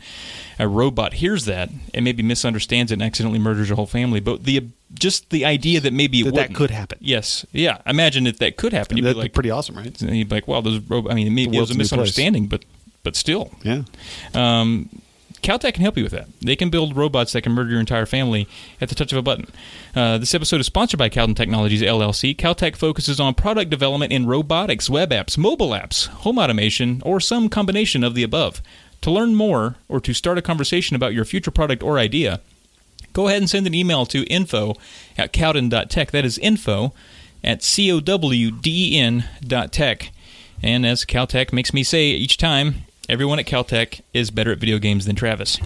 a robot hears that and maybe misunderstands it and accidentally murders your whole family. But the just the idea that maybe it
That, that
wouldn't.
could happen.
Yes. Yeah. Imagine if that could happen. You'd
That'd
be
be
like,
pretty awesome, right?
and you'd be like, wow, those rob- I mean, maybe it was
world's
a
a new place.
misunderstanding, but but still,
Yeah.
um, Caltech can help you with that. They can build robots that can murder your entire family at the touch of a button. Uh, this episode is sponsored by Calden Technologies LLC. Caltech focuses on product development in robotics, web apps, mobile apps, home automation, or some combination of the above. To learn more or to start a conversation about your future product or idea, go ahead and send an email to info at cowden.tech. That is info at C-O-W-D-E-N E dot tech. And as Caltech makes me say each time, everyone at Caltech is better at video games than Travis.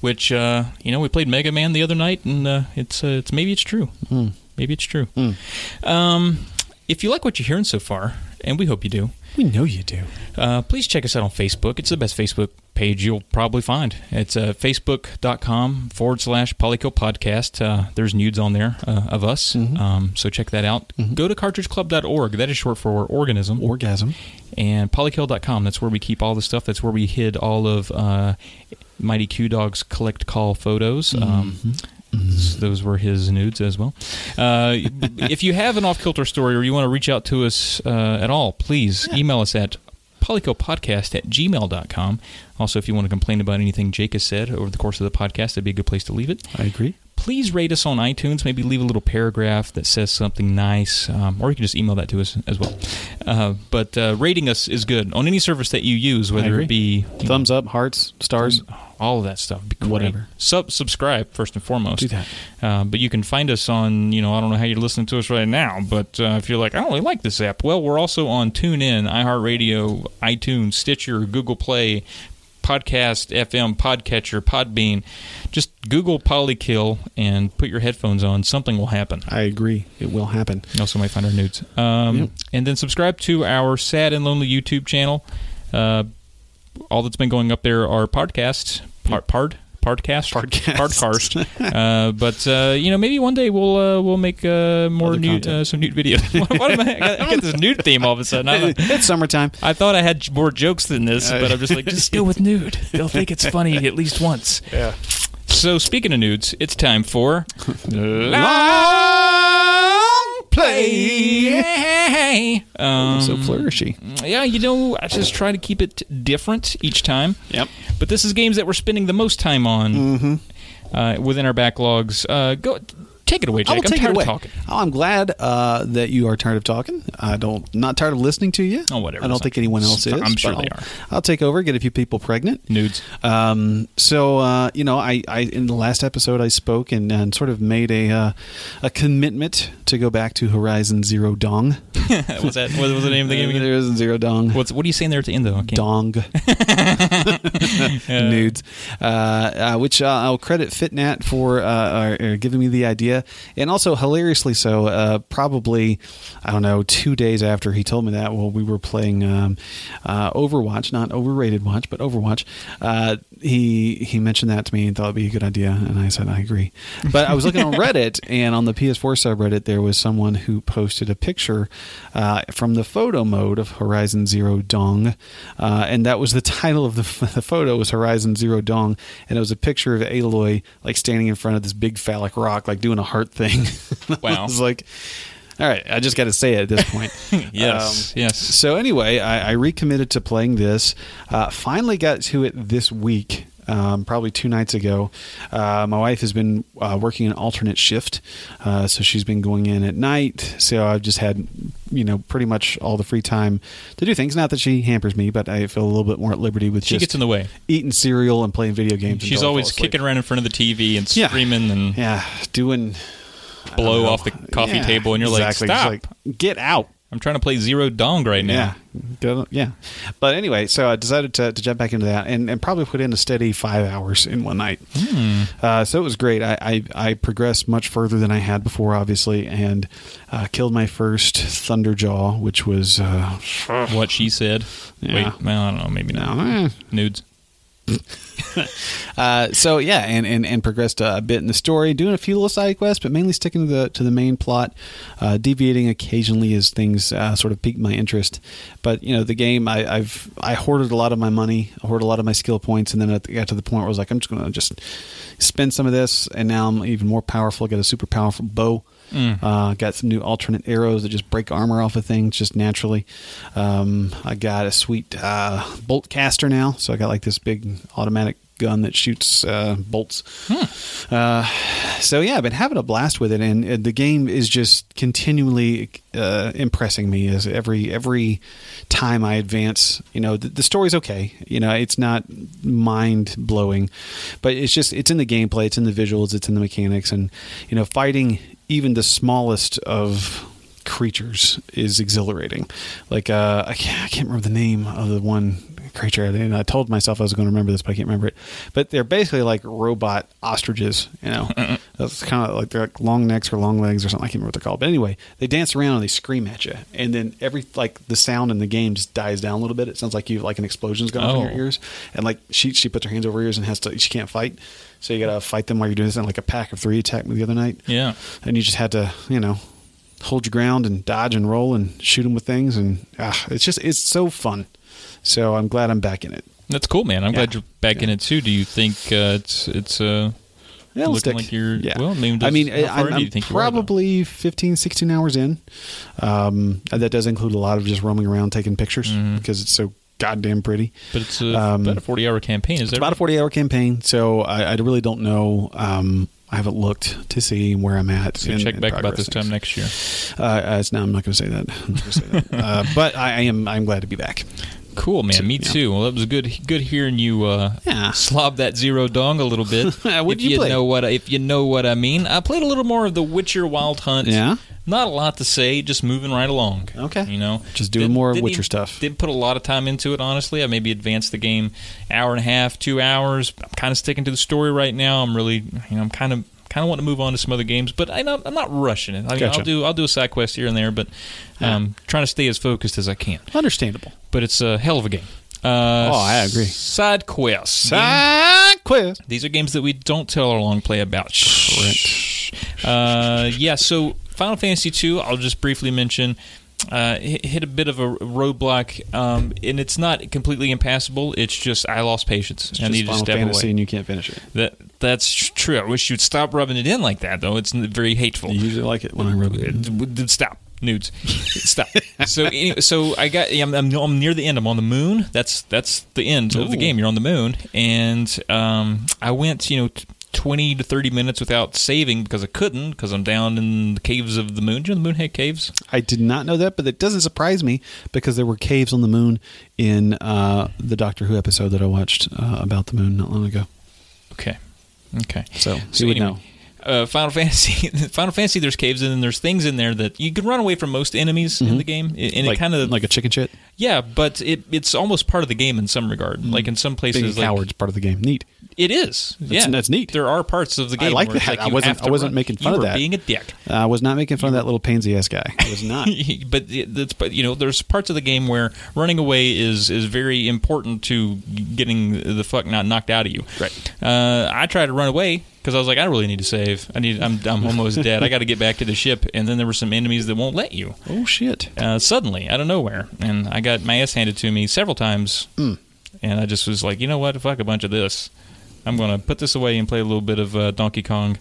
Which, uh, you know, we played Mega Man the other night, and uh, it's, uh, it's maybe it's true. Maybe it's true. Um, if you like what you're hearing so far, and we hope you do,
We know you do.
uh, please check us out on Facebook. It's the best Facebook page you'll probably find. It's uh, facebook.com forward slash polykill podcast. Uh, there's nudes on there uh, of us. Um, so check that out. Go to cartridgeclub.org. That is short for organism.
Orgasm.
And polykill.com. That's where we keep all the stuff. That's where we hid all of uh, Mighty Q Dog's collect call photos. Um, s- Those were his nudes as well. Uh, if you have an off kilter story or you want to reach out to us uh, at all, please email us at polycopodcast at gmail.com. Also, if you want to complain about anything Jake has said over the course of the podcast, that'd be a good place to leave it
I agree.
please rate us on iTunes. Maybe leave a little paragraph that says something nice, um, or you can just email that to us as well. Uh, but uh, rating us is good on any service that you use, whether
agree.
it be you know,
Thumbs up, hearts, stars.
all of that stuff. Be great.
Whatever.
Sub subscribe first and foremost.
Do that.
Uh, but you can find us on you know I don't know how you're listening to us right now, but uh, if you're like I don't really like this app, well we're also on TuneIn, iHeartRadio, iTunes, Stitcher, Google Play. Podcast FM, Podcatcher, Podbean. Just Google Polykill and put your headphones on. Something will happen.
I agree. It will happen.
You also might find our nudes. Um,
Yep.
And then subscribe to our Sad and Lonely YouTube channel. Uh, all that's been going up there are podcasts. Par- pard? Podcast,
Podcast.
uh, but uh, you know, maybe one day we'll uh, we'll make uh, more
Other
nude,
content.
uh, some nude videos. what am I, I got- I got this nude theme all of a sudden. I, don't-
it's summertime.
I thought I had more jokes than this,
Uh,
but I'm just like, just go with nude. They'll think it's funny at least once.
Yeah.
So speaking of nudes, it's time for
Long play.
Play. Um,
so flourishy.
yeah, you know, I just try to keep it different each time.
Yep.
But this is games that we're spending the most time on uh, within our backlogs. Uh, go take it away, Jake.
Mm-hmm. I will
am
take
tired
it away.
of talking.
Oh, I'm glad uh, that you are tired of talking. I don't not tired of listening to you.
Oh, whatever.
I don't think anyone else is.
I'm sure
but
they
I'll-
are.
I'll take over. Get a few people pregnant.
Nudes.
Um, so uh, you know, I, I in the last episode I spoke and, and sort of made a uh, a commitment to go back to Horizon Zero Dong.
was that what was the name of the game again?
Horizon Zero Dong.
What's, what are you saying there at the end, though? I can't-
Dong
Uh,
nudes, uh, uh, which uh, I'll credit FitNat for uh, uh, uh, giving me the idea idea, and also hilariously so. Uh, probably, I don't know, two days after he told me that, while we were playing um, uh, Overwatch, not overrated watch, but Overwatch, uh, he he mentioned that to me and thought it'd be a good idea, and I said I agree. But I was looking on Reddit, and on the PS4 subreddit, there was someone who posted a picture uh, from the photo mode of Horizon Zero Dong, uh, and that was the title of the, the photo was Horizon Zero Dong, and it was a picture of Aloy like standing in front of this big phallic rock, like doing a heart thing. I
Wow.
was like, all right, I just got to say it at this point.
Yes,
Um,
yes.
So anyway, I, I recommitted to playing this. Uh, finally got to it this week. Um, probably two nights ago, uh, my wife has been uh, working an alternate shift, uh, so she's been going in at night. So I've just had, you know, pretty much all the free time to do things. Not that she hampers me, but I feel a little bit more at liberty with
She
just
gets in the way.
eating cereal and playing video games.
She's always kicking
around,
around in front of the TV and
Yeah.
screaming and
yeah, doing
blow
know.
off the coffee
Yeah,
table, and you're
exactly.
like,
Just
"Stop!
like, get out."
I'm trying to play Zero Dong right now."
Yeah. Go- Yeah. But anyway, so I decided to, to jump back into that and, and probably put in a steady five hours in one night. Uh, so it was great. I, I, I progressed much further than I had before, obviously, and uh, killed my first Thunderjaw, which was, uh,
What she said.
Yeah.
Wait, well, I don't know. Maybe not.
no, eh,
Nudes.
Uh, so yeah, and, and, and progressed a bit in the story, doing a few little side quests, but mainly sticking to the to the main plot, uh, deviating occasionally as things uh, sort of piqued my interest. But you know, the game, I, I've I hoarded a lot of my money, I hoarded a lot of my skill points, and then I got to the point where I was like, I'm just going to just spend some of this, and now I'm even more powerful. Got a super powerful bow. Uh, got some new alternate arrows that just break armor off of things just naturally. Um, I got a sweet uh, bolt caster now, so I got like this big automatic gun that shoots uh, bolts. Uh, so yeah, I've been having a blast with it, and uh, the game is just continually uh, impressing me. As every every time I advance, you know, the, the story's okay. You know, it's not mind blowing, but it's just it's in the gameplay, it's in the visuals, it's in the mechanics, and you know, fighting even the smallest of creatures is exhilarating. Like uh, I, can't, I can't remember the name of the one creature, and I told myself I was going to remember this, but I can't remember it. But they're basically like robot ostriches, you know. That's kind of like they're like long necks or long legs or something. I can't remember what they're called. But anyway, they dance around and they scream at you, and then every like the sound in the game just dies down a little bit. It sounds like you like an explosion's gone off in
Oh.
your ears, and like she she puts her hands over her ears and has to she can't fight. So you gotta fight them while you're doing this. And like a pack of three attacked me the other night
Yeah.
and you just had to you know hold your ground and dodge and roll and shoot them with things and ah, it's just it's so fun so i'm glad i'm back in it
That's cool, man. I'm glad
Yeah.
you're back in
Yeah.
it too. Do you think uh, it's it's uh,
It'll
looking
stick.
like you're
yeah.
well? I mean,
I mean,
how far
I'm,
into do you
I'm
think you are, though?
probably 15, 16 hours in. Um, and that does include a lot of just roaming around taking pictures
Mm-hmm.
because it's so goddamn pretty.
But it's a,
um,
about a 40 hour campaign. Is that
It's about a 40 hour campaign, so I, I really don't know. Um, I haven't looked to see where I'm at.
So
in-
check
in
back about
progress.
this time next year.
Uh, uh, it's, no, I'm not going to say that. I'm not gonna say that. uh, but I, I am. I'm glad to be back.
Cool, man. Me
yeah.
too. Well, that was good. Good hearing you uh,
Yeah.
slob that zero dong a little bit.
What'd
if
you play?
know what I- if you know what I mean. I played a little more of The Witcher Wild Hunt.
Yeah.
Not a lot to say. Just moving right along.
Okay.
You know,
Just doing more Witcher
even-
stuff.
Didn't put a lot of time into it, honestly. I maybe advanced the game hour and a half, two hours. I'm kind of sticking to the story right now. I'm really, you know, I'm kind of. Kind of want to move on to some other games, but I'm not, I'm not rushing it. I mean,
Gotcha.
I'll do I'll do a side quest here and there, but um, trying to stay as focused as I can
Understandable.
but it's a hell of a game. Uh,
Oh, I agree.
Side quests.
Side quiz.
These are games that we don't tell our long play about. Uh, yeah, so Final Fantasy II, I'll just briefly mention. Uh, hit hit a bit of a roadblock, um, and it's not completely impassable. It's just I lost patience. I needed to
Final
step
Fantasy,
away.
and you can't finish it.
That that's true. I wish you'd stop rubbing it in like that, though. It's n- very hateful.
You usually like it when I rub it.
Uh, d- d- Stop. Nudes. Stop. so anyway, so I got I'm, I'm, I'm near the end. I'm on the moon. That's that's the end of the
Ooh.
game. You're on the moon, and um, I went you know. t- 20 to 30 minutes without saving because I couldn't because I'm down in the caves of the moon. Do you know the Moonhead Caves?
I did not know that, but that doesn't surprise me because there were caves on the moon in uh, the Doctor Who episode that I watched uh, about the moon not long ago.
Okay. Okay.
So, you would know.
uh, Final Fantasy, Final Fantasy, there's caves and then there's things in there that you can run away from most enemies in the game, and and
Mm-hmm. like,
it kind of
like a chicken shit.
yeah, but it it's almost part of the game in some regard. Like in some places,
Mm-hmm. Being a
like-
coward's part of the game. Neat.
It is. yeah,
that's neat.
There are parts of the
I
game.
like
where it's
that. I
you
wasn't-
have to
I wasn't
run.
making fun
you
of
were
that.
being a dick.
I was not making fun of that little pansy ass guy. I was not.
but it- that's but you know there's parts of the game where running away is is very important to getting the fuck not knocked out of you.
Right.
Uh, I tried to run away because I was like, I really need to save. I need. I'm I'm almost dead. I got to get back to the ship. And then there were some enemies that won't let you.
oh shit.
Uh, suddenly, out of nowhere, and I got my ass handed to me several times.
Hmm.
And I just was like, you know what? Fuck a bunch of this. I'm gonna put this away and play a little bit of uh, Donkey Kong,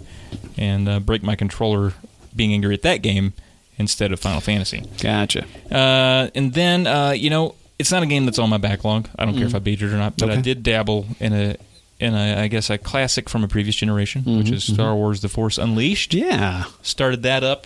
and uh, break my controller being angry at that game instead of Final Fantasy.
Gotcha.
Uh, and then uh, you know, it's not a game that's on my backlog. I don't care if I beat it or not, but
Hmm. Okay.
I did dabble in a in a I guess a classic from a previous generation, which is Star Wars: The Force Unleashed.
Mm-hmm. Yeah.
Started that up.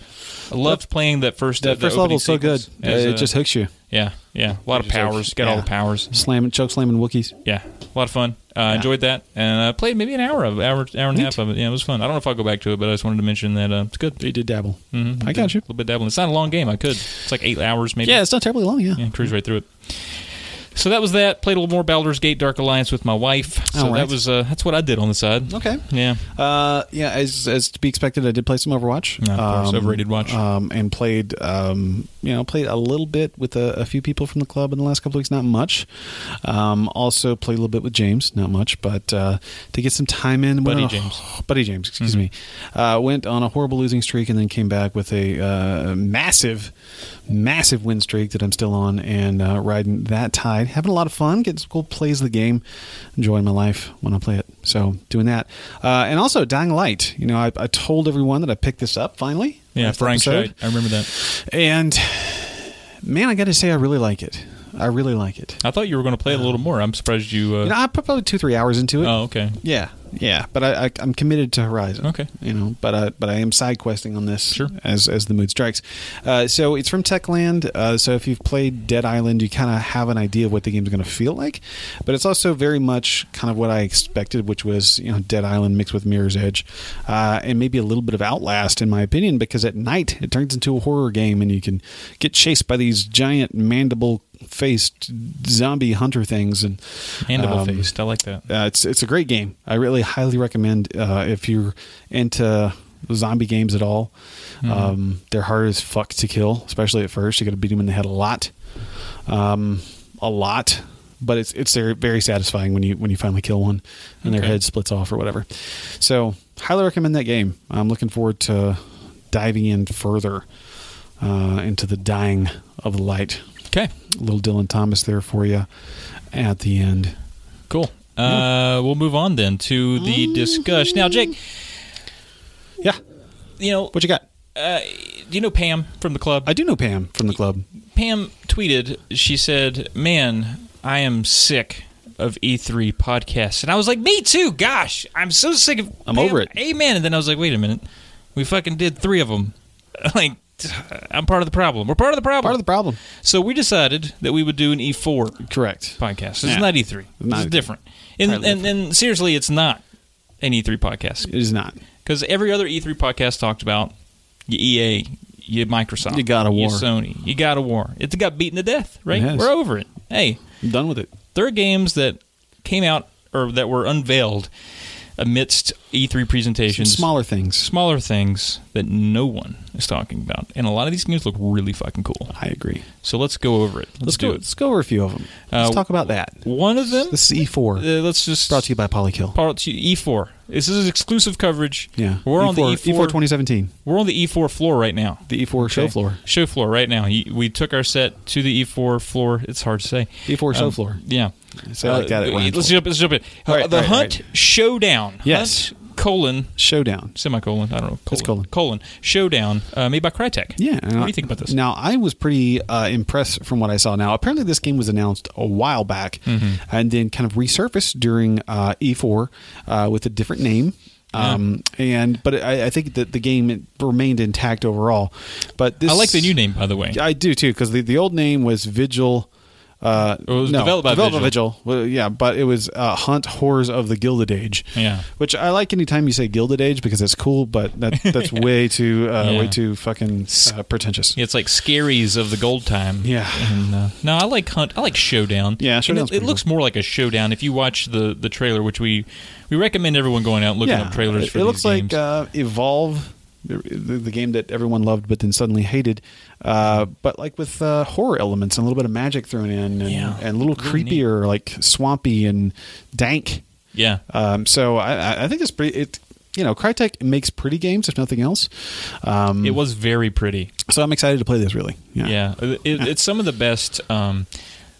I loved playing that first. uh,
That
the
first level
opening
is so good.
sequence
Uh,
as
it
a-
just hooks you.
yeah, yeah. A lot of
just like-
powers. Got all
yeah.
the powers.
Slamming, choke slamming Wookiees.
Yeah, a lot of fun. Uh, I Enjoyed that, and I played maybe an hour of hour, hour and a half of it. Yeah, it was fun. I don't know if I'll go back to it, but I just wanted to mention that uh, it's good.
You did dabble.
Mhm.
I got you.
A little bit dabbling. It's not a long game. I could. It's like eight hours, maybe.
Yeah, it's not terribly long. Yeah.
Yeah, cruise right through it. So that was that. Played a little more Baldur's Gate Dark Alliance with my wife. So
All right.
that was uh, that's what I did on the side.
Okay.
Yeah.
Uh, yeah, as as to be expected, I did play some Overwatch.
Yeah, of course, overrated watch.
Um, and played, um, you know, played a little bit with a, a few people from the club in the last couple weeks. Not much. Um, also played a little bit with James. Not much, but uh, to get some time in. went
Buddy
on a-
James. Mm-hmm.
Buddy James, excuse me. Uh, went on a horrible losing streak and then came back with a uh, massive, massive win streak that I'm still on and uh, riding that tide. Having a lot of fun, getting some cool plays of the game, enjoying my life when I play it. So doing that. Uh, and also Dying Light. You know, I, I told everyone that I picked this up finally.
Yeah,
last
Frank
episode.
Scheid. I remember that.
And man, I got to say, I really like it. I really like it.
I thought you were going to play it a little more. I'm surprised you. Uh,
Um, You know, I put probably two, three hours into it.
oh, okay.
Yeah, yeah, but I, I, I'm committed to Horizon.
Okay.
you know, but I, but I am side questing on this
Sure.
as as the mood strikes. Uh, so it's from Techland. Uh, so if you've played Dead Island, you kind of have an idea of what the game's going to feel like. But it's also very much kind of what I expected, which was you know Dead Island mixed with Mirror's Edge, uh, and maybe a little bit of Outlast, in my opinion, because at night it turns into a horror game, and you can get chased by these giant mandible faced zombie hunter things and
Mandible
um,
faced. I like that.
uh, it's it's a great game. I really highly recommend uh, if you're into zombie games at all. Um, they're hard as fuck to kill, especially at first. You got to beat them in the head a lot, um, a lot. But it's it's very- very satisfying when you when you finally kill one and their
Okay.
head splits off or whatever. So highly recommend that game. I'm looking forward to diving in further uh, into the dying of the light.
Okay.
Little Dylan Thomas there for you at the end.
Cool. Uh, we'll move on then to
Mm-hmm.
the discussion. Now, Jake,
Yeah,
you know, uh,
what you got?
do you know Pam from the club?
I do know Pam from the club.
Pam tweeted, she said, Man, I am sick of E3 podcasts. And I was like, Me too. Gosh, I'm so sick of.
I'm
Pam-
over it.
Amen. And then I was like, Wait a minute. We fucking did three of them. like, I'm part of the problem. We're part of the problem.
Part of the problem.
so we decided that we would do an E E4
Correct.
podcast. It's
Yeah.
not E3.
Not E
It's
E3.
different. And,
Entirely
and, and seriously, it's not an E3 podcast.
It is not.
Because every other E3 podcast talked about your EA, your Microsoft,
You got a
your
war.
Sony, you got a war. It got beaten to death, right?
It has.
We're over it. Hey,
I'm done with it.
there are games that came out or that were unveiled amidst E3 presentations.
Smaller things.
Smaller things that no one is talking about, and a lot of these games look really fucking cool.
I agree.
So let's go over it. Let's,
Let's
do
go.
it.
Let's go over a few of them. Let's
Uh,
talk about that.
One of them.
This is E4.
uh, let's just
Brought to you by Polykill.
part to E4. This is exclusive coverage.
Yeah. E
we're on the E
E4 2017.
We're on the E4 floor right now.
The E4 show
Okay.
floor.
Show floor right now. You- We took our set to the E4 floor. It's hard to say. Um,
E4 E show floor.
Yeah. Uh,
Say it like that, it rhymes.
let's jump. Let's jump in.
All right,
the
all right,
Hunt
all
Showdown.
Yes.
Hunt, colon
Showdown.
semicolon. I don't know. Colon,
It's
Colon Showdown uh, made by Crytek.
Yeah.
What
and
do
I-
you think about this?
Now, I was pretty uh, impressed from what I saw. Now, apparently, this game was announced a while back
Mm-hmm.
and then kind of resurfaced during uh, E4 uh, with a different name. Um, and but I, I think that the game it remained intact overall. But this
I like the new name by the way.
I do too because the, the old name was Vigil Uh,
It was
no,
developed by
Vigil. Well, yeah, but it was uh, Hunt Horrors of the Gilded Age.
Yeah.
which I like anytime you say Gilded Age because it's cool, but that, that's way too uh,
Yeah.
way too fucking uh, pretentious.
It's like scaries of the gold time.
Yeah.
And, uh, no, I like hunt. I like showdown.
Yeah,
And
Showdown's
It, it
pretty
looks more like a showdown if you watch the the trailer, which we we recommend everyone going out and looking up trailers
It,
for
it
these
looks
games.
like uh, Evolve, the, the the game that everyone loved but then suddenly hated, uh, but like with uh, horror elements and a little bit of magic thrown in, and,
Yeah.
and a little
Really neat.
creepier, like swampy and dank.
yeah.
Um, so I, I- I think it's pretty. It you know, Crytek makes pretty games if nothing else. Um,
It was very pretty.
so I'm excited to play this. Really, yeah.
Yeah, Uh, It, it's some of the best. Um,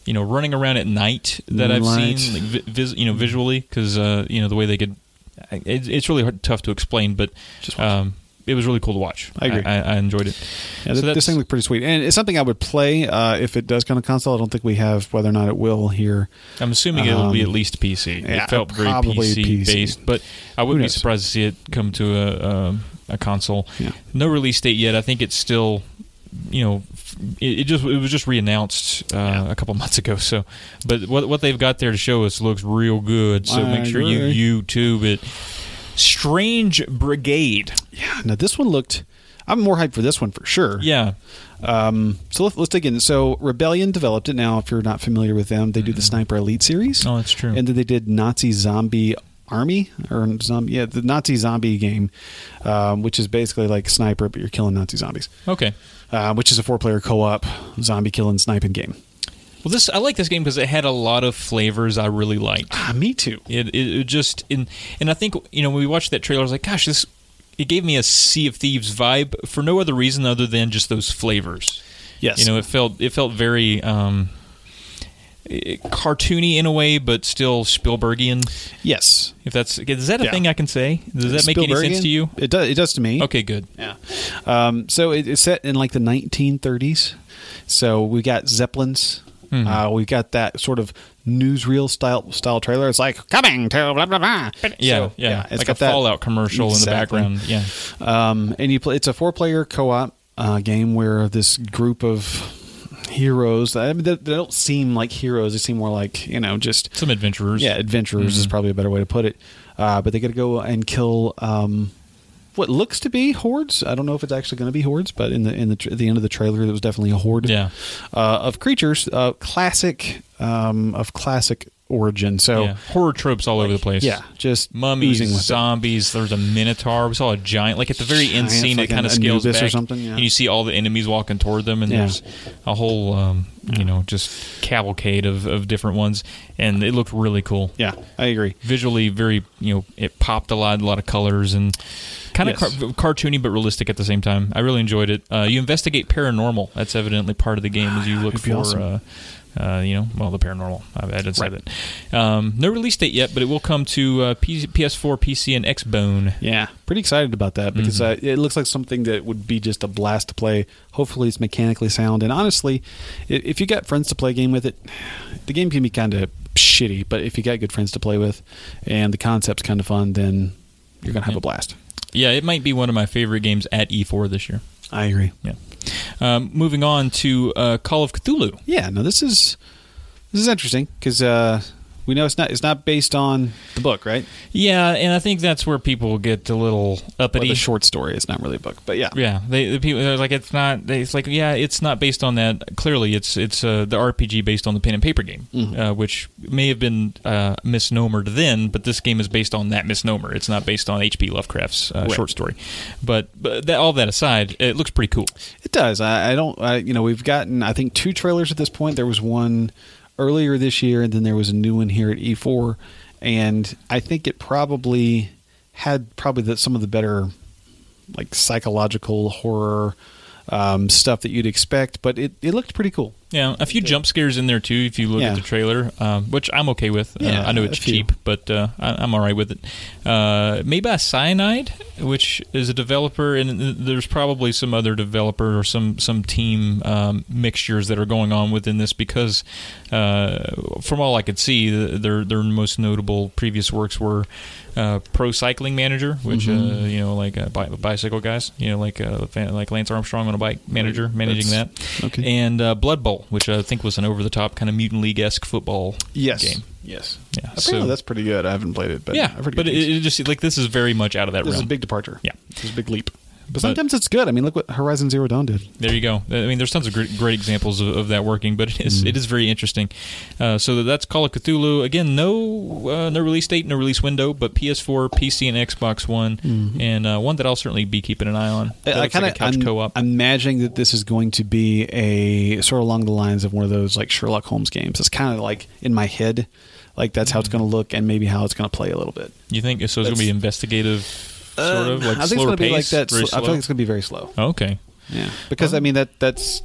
you know, running around at night that I've
Moonlight.
seen, like, vi- vis- you know, visually, because uh, you know the way they could. It, it's really hard, tough to explain, but
Just watch.
um, it was really cool to watch.
I agree.
I, I enjoyed it.
Yeah,
So
th- this
that's-
thing looked pretty sweet, and it's something I would play uh, if it does come to console. I don't think we have whether or not it will here.
I'm assuming it will be
Um,
at least PC.
yeah,
it felt very
probably
PC,
PC.
based, but I wouldn't
Who
be
knows?
surprised to see it come to a um a console.
Yeah.
No release date yet. I think it's still, you know, f- it, it just it was just reannounced uh,
Yeah.
a couple months ago. So, but what what they've got there to show us looks real good. So
I
make sure
agree.
you YouTube it. Strange Brigade.
Yeah, now this one looked. I'm more hyped for this one for sure.
Yeah,
Um, so let's, let's dig in. So Rebellion developed it. Now, if you're not familiar with them, they do the Sniper Elite series.
Mm-hmm. Oh, that's true.
And then they did Nazi Zombie Army or zombie, yeah, the Nazi Zombie game, um, which is basically like Sniper, but you're killing Nazi zombies.
okay.
Uh, which is a four-player co-op zombie killing sniping game.
Well, this I like this game because it had a lot of flavors I really liked.
Ah, me too.
It, it, it just in, and I think you know when we watched that trailer, I was like, "Gosh, this!" It gave me a Sea of Thieves vibe for no other reason other than just those flavors.
Yes.
you know, it felt it felt very um, eh, cartoony in a way, but still Spielbergian.
Yes.
If that's is that a
Yeah.
thing I can say? Does that make any sense
Spielbergian?
to you?
It does. It does to me.
Okay, good.
Yeah. Um, so it, it's set in like the 1930s. So we got zeppelins.
Mm-hmm.
Uh, we got that sort of newsreel style style trailer. It's like coming to blah blah blah.
Yeah,
So,
yeah,
it's
like a
got that-
Fallout commercial in the
Exactly.
background. Yeah,
Um, and you play. It's a four player co op uh, game where this group of heroes. I mean, they, they don't seem like heroes. They seem more like you know just
some adventurers. Mm-hmm.
yeah, adventurers is probably a better way to put it. Uh, but they got to go and kill um, what looks to be hordes. I don't know if it's actually going to be hordes, but in the in the tr- at the end of the trailer, there was definitely a horde
Yeah.
uh, of creatures, uh, classic um, of classic origin. So
Yeah. horror tropes all over the place.
yeah, just
mummies,
oozing with it.
zombies. There's a minotaur. We saw a giant, like at the very end
Giant
scene, it
fucking
kind of scales
Anubis
back,
or something, yeah.
and you see all the enemies walking toward them, and
Yeah.
there's a whole, um, you know, just cavalcade of, of different ones, and it looked really cool.
yeah, I agree.
Visually, very you know, it popped a lot, a lot of colors, and kind of
Yes.
car- cartoony but realistic at the same time. I really enjoyed it. Uh, you investigate paranormal. That's evidently part of the game as you look
That'd
for,
Ah, be awesome.
uh, uh, you know, well, the paranormal. I, I didn't say
Right.
that. Um, no release date yet, but it will come to uh, P- PS4, PC, and Xbone.
Yeah, pretty excited about that because uh, it looks like something that would be just a blast to play. Hopefully, it's mechanically sound. And honestly, i- if you got friends to play a game with it, the game can be kind of shitty. But if you got good friends to play with, and the concept's kind of fun, then you're gonna have a blast.
Yeah, it might be one of my favorite games at E4 this year.
I agree.
Yeah. Um, moving on to uh, Call of Cthulhu.
Yeah. No, this is this is interesting because uh, we know it's not it's not based on the book, right?
Yeah, and I think that's where people get a little
But
uppity.
the short story. It's not really a book, but yeah.
Yeah, they the people they're like it's not. They, it's like yeah, it's not based on that. Clearly, it's it's uh, the RPG based on the pen and paper game,
Mm-hmm.
uh, which may have been uh, misnomered then, but this game is based on that misnomer. It's not based on H.P. Lovecraft's uh,
Right.
short story. But, but that, all that aside, it looks pretty cool.
It does. I, I don't. I, you know, we've gotten I think two trailers at this point. There was one earlier this year, and then there was a new one here at E4. And I think it probably had probably the, some of the better like psychological horror um, stuff that you'd expect. But it, it looked pretty cool.
Yeah, a few jump scares in there too. If you look
Yeah.
at the trailer, um, which I'm okay with.
Yeah,
uh, I know it's
a few.
cheap, but uh, I, I'm all right with it. Uh, made by Cyanide, which is a developer, and th- there's probably some other developer or some some team um, mixtures that are going on within this because, uh, from all I could see, th- their their most notable previous works were uh, Pro Cycling Manager, which
Mm-hmm.
uh, you know like uh, bi- bicycle guys, you know like uh, fan- like Lance Armstrong on a bike manager managing
That's-
that,
okay.
and uh, Blood Bowl, Rumble, which I think was an over the top kind of Mutant League esque football
Yes.
game.
Yes.
Yeah,
Apparently
so-
that's pretty good. I haven't played it, but
yeah,
I've heard
but
good
it,
things.
it just like this is very much out of that
this is
realm.
a big departure.
Yeah.
This is a big leap. But, sometimes it's good. I mean, look what Horizon Zero Dawn did.
There you go. I mean, there's tons of great, great examples of, of that working, but it
Mm-hmm.
is, it is very interesting. Uh, so that's Call of Cthulhu. Again, no uh, no release date, no release window, but PS4, PC, and Xbox One, and uh, one that I'll certainly be keeping an eye on. That
Mm-hmm.
looks
I
like
kind
a
of
couch co-op.
I'm imagining that this is going to be a sort of along the lines of one of those like Sherlock Holmes games. It's kind of like in my head, like that's how
Mm-hmm.
it's going to look and maybe how it's going to play a little bit.
you think so? It's going to be
that's- Uh,
investigative, sort of like
I think it's
slower
gonna be like
pace.
that.
very
sl- I feel
slow?
like it's going to be very slow.
okay.
Yeah, because I mean that that's,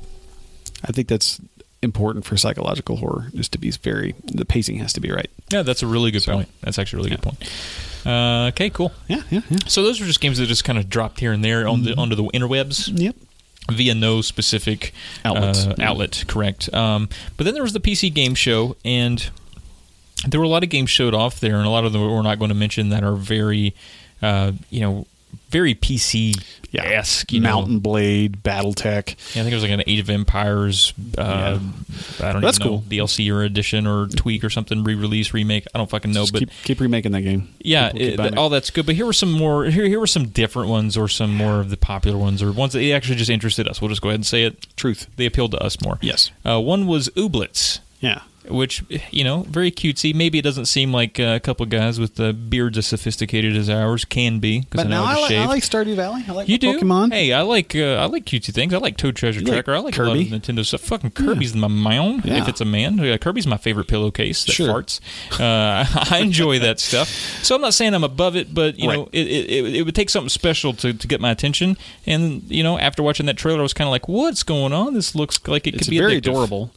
I think that's important for psychological horror is to be very the pacing has to be right.
Yeah, that's a really good
So-
point. That's actually a really
Yeah.
good point. Uh, okay, cool.
Yeah, yeah, yeah.
So those were just games that just kind of dropped here and there on
Mm-hmm.
the onto the interwebs.
Yep.
via no specific
Outlet. Mm-hmm.
uh, outlet, correct. Um, but then there was the PC game show, and there were a lot of games showed off there, and a lot of them we're not going to mention that are very, uh, you know, very PC esque. You know,
Mountain Blade, BattleTech.
Yeah, I think it was like an Age of Empires. Uh, I don't
That's
even know
cool.
DLC or edition or tweak or something, re-release, remake. I don't fucking know,
Just
but
keep, keep remaking that game.
yeah,
People keep
it-
buying it.
all that's good. But here were some more. Here, here were some different ones, or some more of the popular ones, or ones that actually just interested us. We'll just go ahead and say it.
Truth.
They appealed to us more.
Yes.
Uh, one was Ooblets,
Yeah.
which you know, very cutesy. Maybe it doesn't seem like uh, a couple guys with uh, beards as sophisticated as ours can be. 'cause
But
I know
now
I
I,
just
like, I
shaved.
like Stardew Valley. I like
You
my
do?
Pokemon.
Hey, I like uh, I like cutesy things. I like Toad Treasure
You like
Tracker. I like a lot of
Kirby?
Nintendo stuff. Fucking Kirby's my mound.
Yeah.
If it's a man, Yeah, Kirby's my favorite pillowcase that
Sure.
farts. Uh, I enjoy that stuff. So I'm not saying I'm above it, but you know,
Right.
it, it, it, it would take something special to, to get my attention. And you know, after watching that trailer, I was kind of like, "What's going on? This looks like it
it's
could be Uh,
very
addictive.
adorable.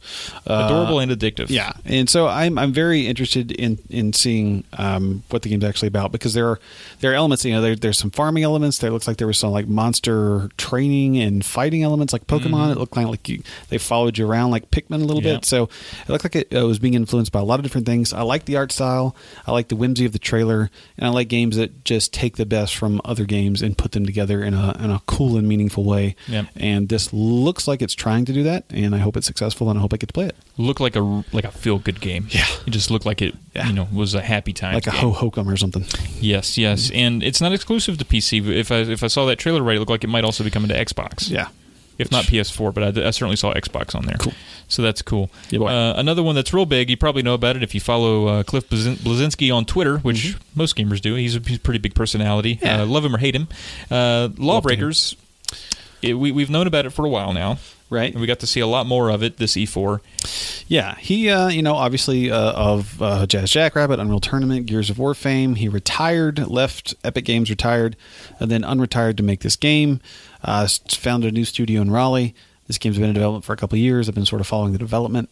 Uh,
adorable and addictive."
Yeah, and so I'm I'm very interested in in seeing um, what the game's actually about because there are there are elements. You know, there, there's some farming elements. There looks like there was some like monster training and fighting elements, like Pokemon. It looked kind of like you, they followed you around like Pikmin a little
Yeah.
bit. So it looked like it uh, was being influenced by a lot of different things. I like the art style. I like the whimsy of the trailer, and I like games that just take the best from other games and put them together in a in a cool and meaningful way.
Yeah.
And this looks like it's trying to do that, and I hope it's successful, and I hope I get to play it.
look like a like a feel good game.
Yeah.
it just looked like it.
Yeah.
You know, was a happy time.
like a ho hokum or something.
Yes,
Mm.
yes, and it's not exclusive to PC. but If I if I saw that trailer right, it looked like it might also be coming to Xbox.
Yeah.
if not PS4, but I, I certainly saw Xbox on there.
Cool.
So that's cool.
Yeah, boy.
uh, another one that's real big. You probably know about it if you follow uh, Cliff Blazin- Blazinski on Twitter, which most gamers do. He's a, he's a pretty big personality.
Mm-hmm. Yeah.
Uh, love him or hate him. Uh, Lawbreakers. It, we, we've known about it for a while now.
Right.
And we got to see a lot more of it this E E4.
Yeah. He, uh, you know, obviously uh, of uh, Jazz Jackrabbit, Unreal Tournament, Gears of War fame. He retired, left Epic Games, retired, and then unretired to make this game. Uh, s- founded a new studio in Raleigh. This game's been in development for a couple of years. I've been sort of following the development.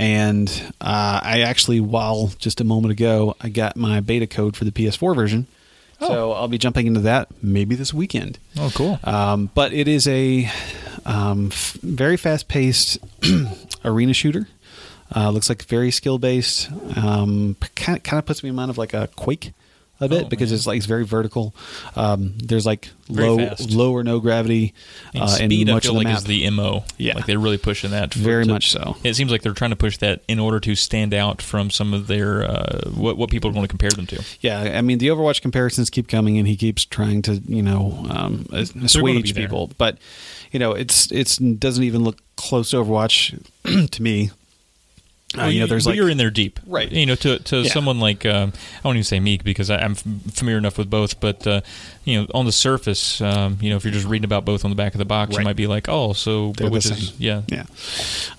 And uh, I actually, while just a moment ago, I got my beta code for the PS4 version. So I'll be jumping into that maybe this weekend.
Oh, cool.
Um, but it is a um, f- very fast paced arena shooter. Uh, looks like very skill based. Um, kind of kind of puts me in mind of like a Quake a bit
Oh,
because
man.
it's like it's very vertical. Um, there's like
Very
low
fast.
low or no gravity
And
uh,
speed,
in
I
much
feel
of the
like,
map.
is the mo.
Yeah.
like they're really pushing that. for-
Very
to-
much so.
It seems like they're trying to push that in order to stand out from some of their uh, what what people want to compare them to.
yeah, I mean the Overwatch comparisons keep coming, and he keeps trying to you know um, as- assuage
be there.
people, but you know it's it's doesn't even look close to Overwatch to me. Uh,
Well,
you know, there's
but
like
you're in there deep,
Right.
You know, to to
Yeah.
someone like um, I won't even say Meek because I, I'm f- familiar enough with both, but uh, you know, on the surface, um, you know, if you're just reading about both on the back of the box,
Right.
you might be like, oh, so
They're
but which
the
is
same.
yeah,
yeah.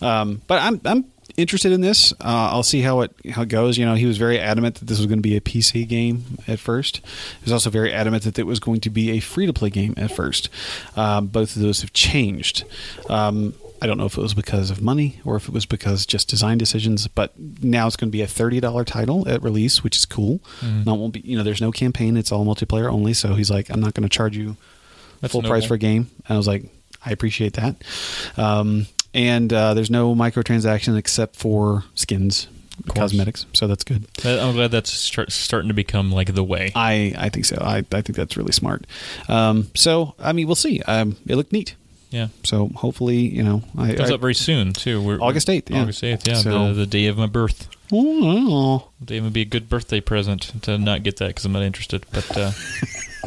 Um, but I'm I'm interested in this. Uh, I'll see how it how it goes. You know, he was very adamant that this was going to be a PC game at first. He was also very adamant that it was going to be a free to play game at first. Um, both of those have changed. Um, I don't know if it was because of money or if it was because just design decisions, but now it's going to be a thirty dollar title at release, which is cool. Now it won't be, you know, there's no campaign; it's all multiplayer only. So he's like, I'm not going to charge you
That's
full price
noble.
for a game. And I was like, I appreciate that. Um, and uh, there's no microtransaction except for skins,
course.
cosmetics. So that's good.
That- I'm glad that's start, starting to become like the way.
I, I think so. I, I think that's really smart. Um, so, I mean, we'll see. Um, it looked neat.
Yeah.
So hopefully, you know, I,
Comes
I-
up very soon too. We're,
August 8th, yeah.
August eighth. Yeah.
So-
the, the day of my birth.
Oh,
The day would be a good birthday present to not get that because I'm not interested. But uh,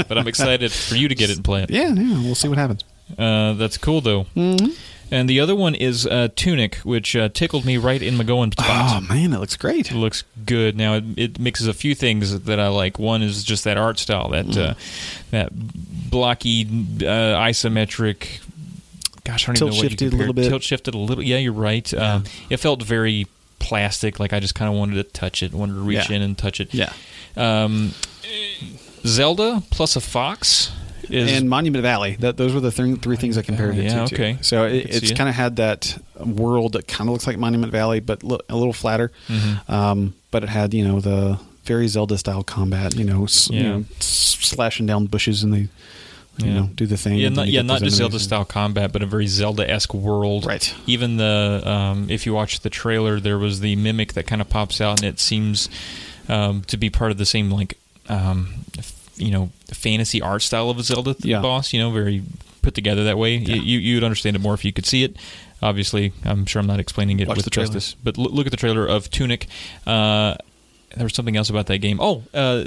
but I'm excited for you to get it and play it.
yeah, yeah. We'll see what happens.
Uh, that's cool though. Mm-hmm. And the other one is uh, Tunic, which uh, tickled me right in my going spot.
Oh man, it looks great.
It looks good. Now it, it mixes a few things that I like. One is just that art style, that
Mm.
uh, that blocky, uh, isometric. Gosh, I don't even know what you
Tilt-shifted a
compare-
little bit.
Tilt shifted a little. Yeah, you're right. Um, it felt very plastic. Like I just kind of wanted to touch it. Wanted to reach
Yeah.
in and touch it.
Yeah.
Um, Zelda plus a fox is
and Monument Valley. That those were the three, three things I compared
Valley,
it to.
yeah,
too.
okay.
So
I
it,
could see
it's
it.
kind of had that world that kind of looks like Monument Valley, but li- a little flatter.
Mm-hmm.
Um, but it had you know the very Zelda style combat. You know, s- you
Yeah.
know s- slashing down bushes and they you
Yeah.
know do the thing.
Yeah,
and then
not,
you
yeah,
get
not
those
just Zelda
enemies.
style combat, but a very Zelda esque world.
Right.
Even the um, if you watch the trailer, there was the mimic that kind of pops out, and it seems um, to be part of the same like um, f- you know fantasy art style of a Zelda th-
Yeah.
boss. You know, very put together that way. You You you'd understand it more if you could see it. Obviously, I'm sure I'm not explaining it
Watch
with
the trailer.
justice, but loo- look at the trailer of Tunic. Uh, there was something else about that game. Oh, uh,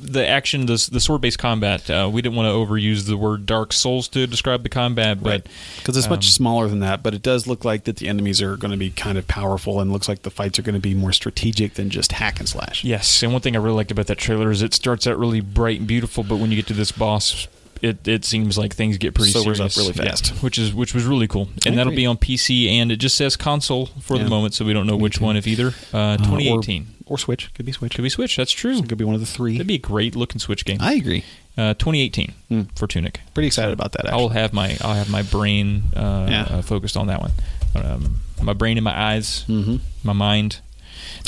the action, the, the sword based combat. Uh, we didn't want to overuse the word Dark Souls to describe the combat, but um,
Right, because it's much smaller than that, but it does look like that the enemies are going to be kind of powerful, and looks like the fights are going to be more strategic than just hack and slash.
yes. And one thing I really liked about that trailer is it starts out really bright and beautiful, but when you get to this boss, it, it seems like things get pretty
Sobers up
serious.
really fast.
which is which was really cool. And
I
that'll
agree.
be on PC, and it just says console for
Yeah.
the moment, so we don't know which one, if either. Uh,
Uh, or-
2018
or, Switch could be Switch.
could be Switch. That's true.
It could be one of the three.
That'd be a great looking Switch game.
I Hmm. agree.
Uh, 2018 for Tunic.
Pretty excited about that. Actually.
I'll have my I'll have my brain uh,
Yeah.
uh, focused on that one. Um, my brain and my eyes,
Mm-hmm.
my mind.